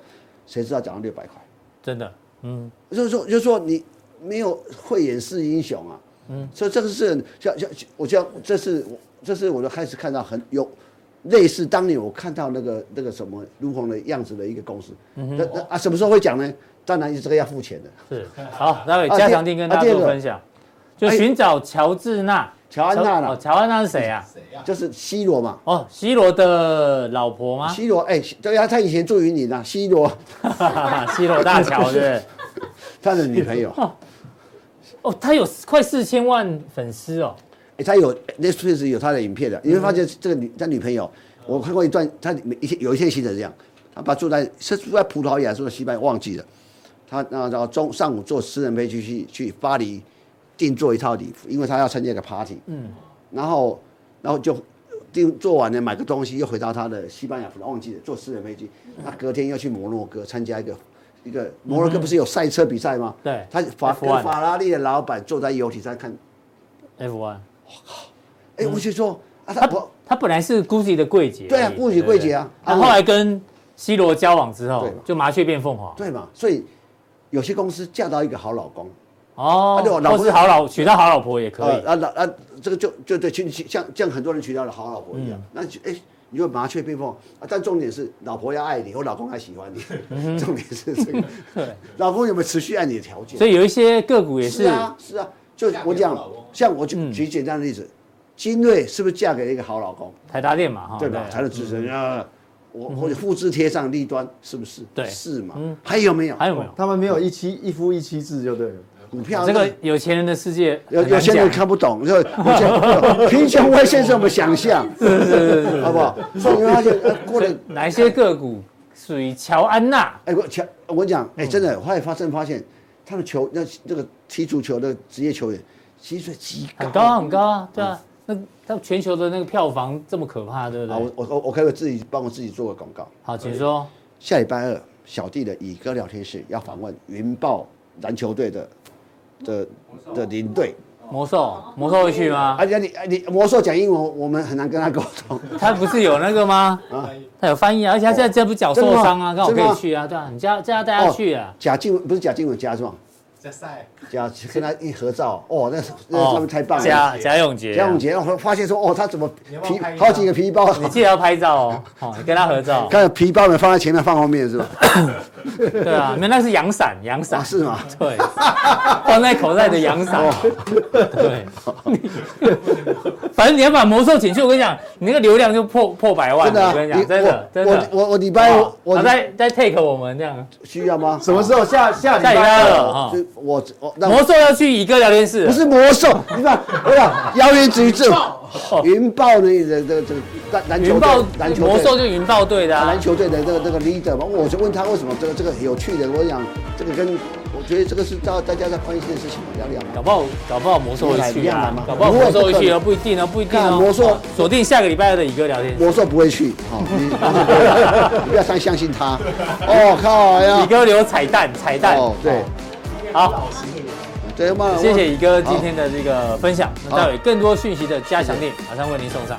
[SPEAKER 3] 谁知道涨到六百块，
[SPEAKER 1] 真的，嗯，
[SPEAKER 3] 就是说就是说你没有慧眼识英雄啊，嗯，所以这个是很像像我像这是我这是我就开始看到很有。类似当年我看到那个那个什么如虹的样子的一个公司，那那啊什么时候会讲呢？当然这个要付钱的。
[SPEAKER 1] 是，
[SPEAKER 3] [LAUGHS]
[SPEAKER 1] 好，待会
[SPEAKER 3] 啊
[SPEAKER 1] 加
[SPEAKER 3] 第
[SPEAKER 1] 强定跟大
[SPEAKER 3] 啊
[SPEAKER 1] 家
[SPEAKER 3] 第二
[SPEAKER 1] 做
[SPEAKER 3] 个
[SPEAKER 1] 分享，就
[SPEAKER 3] 哎
[SPEAKER 1] 寻找乔治娜，
[SPEAKER 3] 乔安娜啦
[SPEAKER 1] 哦乔安娜是谁啊？
[SPEAKER 5] 谁呀？
[SPEAKER 3] 就是 C 罗嘛。
[SPEAKER 1] 哦，C 罗的老婆吗？
[SPEAKER 3] C 罗，哎、对呀、他以前住云林啊，C 罗，
[SPEAKER 1] [LAUGHS] 西罗大桥是不是？
[SPEAKER 3] 他的女朋友，哎、
[SPEAKER 1] 哦，他有快四千万粉丝哦，
[SPEAKER 3] 哎他有 Netflix 有他的影片的，你会发现这个女他女朋友，我看过一段，他一些有一些新人这样，他把住在是住在葡萄牙，住在西班牙，忘记了，他那然后中上午坐私人飞机去去巴黎定做一套礼服，因为他要参加一个 party，嗯，然后然后就定做完了买个东西，又回到他的西班牙，忘记了坐私人飞机，他隔天又去摩洛哥参加一个一个摩洛哥不是有赛车比赛吗？
[SPEAKER 1] 对
[SPEAKER 3] 他法
[SPEAKER 1] F1
[SPEAKER 3] 跟法拉利的老板坐在游艇上看，
[SPEAKER 1] F one，
[SPEAKER 3] 哎，我就说啊，他
[SPEAKER 1] 他
[SPEAKER 3] 不
[SPEAKER 1] 他本来是 Gucci 的柜姐而已，
[SPEAKER 3] 对啊，Gucci
[SPEAKER 1] 对不对
[SPEAKER 3] 柜姐啊
[SPEAKER 1] 他
[SPEAKER 3] 啊我
[SPEAKER 1] 后来跟 C 罗交往之后
[SPEAKER 3] 对嘛，
[SPEAKER 1] 就麻雀变凤凰，
[SPEAKER 3] 对嘛，所以有些公司嫁到一个好老公，
[SPEAKER 1] 哦
[SPEAKER 3] 啊对我，老
[SPEAKER 1] 或
[SPEAKER 3] 婆
[SPEAKER 1] 是好老娶到好老婆也可以，
[SPEAKER 3] 啊啊老啊，这个就就对，就像像很多人娶到了好老婆一
[SPEAKER 1] 嗯
[SPEAKER 3] 样，那就哎。你就麻雀变凤凰啊！但重点是，老婆要爱你，或老公要喜欢你。
[SPEAKER 1] 嗯
[SPEAKER 3] [LAUGHS] 重点是这个，
[SPEAKER 1] 对，
[SPEAKER 3] 老公有没有持续爱你的条
[SPEAKER 1] [LAUGHS]
[SPEAKER 3] 件？
[SPEAKER 1] 所以有一些个股也
[SPEAKER 3] 呃是
[SPEAKER 1] 是，
[SPEAKER 3] 啊，是啊，就
[SPEAKER 5] 嫁给
[SPEAKER 3] 我讲
[SPEAKER 5] 好老公，
[SPEAKER 3] 像我就
[SPEAKER 1] 嗯
[SPEAKER 3] 举简单的例子，金瑞是不是嫁给了一个好老公，
[SPEAKER 1] 台达电嘛哈，
[SPEAKER 3] 对吧？才能支
[SPEAKER 1] 嗯
[SPEAKER 3] 撑啊，我或者复制贴上立端，是不是？
[SPEAKER 1] 对
[SPEAKER 3] 是嘛
[SPEAKER 1] 嗯？
[SPEAKER 3] 还有没有？
[SPEAKER 1] 还有没有？
[SPEAKER 2] 他们没有一妻一夫一妻制就对了。
[SPEAKER 3] 股票
[SPEAKER 1] 这个有钱人的世界
[SPEAKER 3] 啊有
[SPEAKER 1] 很难
[SPEAKER 3] 有些人
[SPEAKER 1] 讲
[SPEAKER 3] 看不懂，就有些人贫穷外线是我们
[SPEAKER 1] [LAUGHS]
[SPEAKER 3] 想象，好不好？所以你会发现呃过了
[SPEAKER 1] 哪一些个股属于乔安娜？
[SPEAKER 3] 哎，我前我讲，哎，真的，后来发生发现，他们球那那个踢足球的职业球员，薪水极高，
[SPEAKER 1] 很高啊很高啊，对啊，那
[SPEAKER 3] 嗯
[SPEAKER 1] 它全球的那个票房这么可怕，对不
[SPEAKER 3] 啊！我
[SPEAKER 1] 对？
[SPEAKER 3] 我我我可不可以自己帮我自己做个广告？
[SPEAKER 1] 好，请说。
[SPEAKER 3] 下礼拜二，小弟的乙哥聊天室要访问云豹篮球队的的的领队。
[SPEAKER 1] 魔兽，魔兽会去吗？
[SPEAKER 3] 而且你你魔兽讲英文，我们很难跟他沟通。
[SPEAKER 1] 他不是有那个吗？他有翻译啊，而且他现在这不脚受伤啊，
[SPEAKER 3] 真的
[SPEAKER 1] 刚好
[SPEAKER 3] 吗
[SPEAKER 1] 可
[SPEAKER 3] 真的
[SPEAKER 1] 以
[SPEAKER 3] 吗
[SPEAKER 1] 去啊，对啊，你叫叫他带他去 [LAUGHS] 啊。
[SPEAKER 3] 贾静雯不是贾静雯，贾什么？
[SPEAKER 5] 在晒，
[SPEAKER 3] 贾跟他一合照，哦，那那他们太棒了。
[SPEAKER 1] 贾啊贾永杰，
[SPEAKER 3] 贾永，杰，我发现说，哦，他怎么
[SPEAKER 5] 你要不要
[SPEAKER 3] 皮
[SPEAKER 5] 拍一下
[SPEAKER 3] 好几个皮包， [LAUGHS]
[SPEAKER 1] 你记得要拍照哦，哦，你跟他合照。
[SPEAKER 3] 看皮包们放在前面，放后面是
[SPEAKER 1] [LAUGHS]
[SPEAKER 3] 吧？
[SPEAKER 1] 对啊，没有那是阳伞，阳伞
[SPEAKER 3] 啊，是吗？
[SPEAKER 1] 对， [LAUGHS] 放在口袋的阳伞。啊对，反正你要把魔兽请去，我跟你讲，你那个流量就破破百万
[SPEAKER 3] 真的
[SPEAKER 1] 了。
[SPEAKER 3] 啊，
[SPEAKER 1] 我跟你讲，真的，真
[SPEAKER 3] 我我
[SPEAKER 1] 的。
[SPEAKER 3] 我我礼拜
[SPEAKER 1] 好不好
[SPEAKER 3] 我
[SPEAKER 1] 好再再 take 我们这样，
[SPEAKER 3] 需要吗？
[SPEAKER 2] 什么时候下下礼
[SPEAKER 1] 下礼拜
[SPEAKER 2] 拜
[SPEAKER 1] 二
[SPEAKER 2] 二？
[SPEAKER 1] 了哈
[SPEAKER 3] 就。我我那
[SPEAKER 1] 魔兽要去乙哥聊天室，
[SPEAKER 3] 不是魔兽，
[SPEAKER 1] [LAUGHS]
[SPEAKER 3] 你看，我讲谣言止于政。云豹的这这这篮篮球
[SPEAKER 1] 哦云
[SPEAKER 3] 队
[SPEAKER 1] 豹
[SPEAKER 3] 篮球
[SPEAKER 1] 魔
[SPEAKER 3] 队
[SPEAKER 1] 兽就云豹队的啊
[SPEAKER 3] 篮。球队的这个这个 leader 嘛，我就问他为什么这个这个有趣的，我讲这个跟我觉得这个是大大家在关心的事情，聊聊嘛。
[SPEAKER 1] 搞不好，搞不好魔兽会
[SPEAKER 3] 一
[SPEAKER 1] 去
[SPEAKER 3] 样来
[SPEAKER 1] 啊
[SPEAKER 3] 嘛！
[SPEAKER 1] 搞不好魔兽会去啊，不一定哦，不一定哦。
[SPEAKER 3] 看魔兽
[SPEAKER 1] 锁定下个礼拜二的乙哥聊天室。
[SPEAKER 3] 魔兽不会去，好、你魔兽不会去你不要太相信他。哦靠
[SPEAKER 1] 乙
[SPEAKER 3] 呀！
[SPEAKER 1] 哥留彩蛋，彩蛋。
[SPEAKER 3] 哦，对，
[SPEAKER 1] 好，
[SPEAKER 3] 对嘛，我
[SPEAKER 1] 谢谢乙哥今天的这个分享。那待会更多讯息的加强力马上为您送上。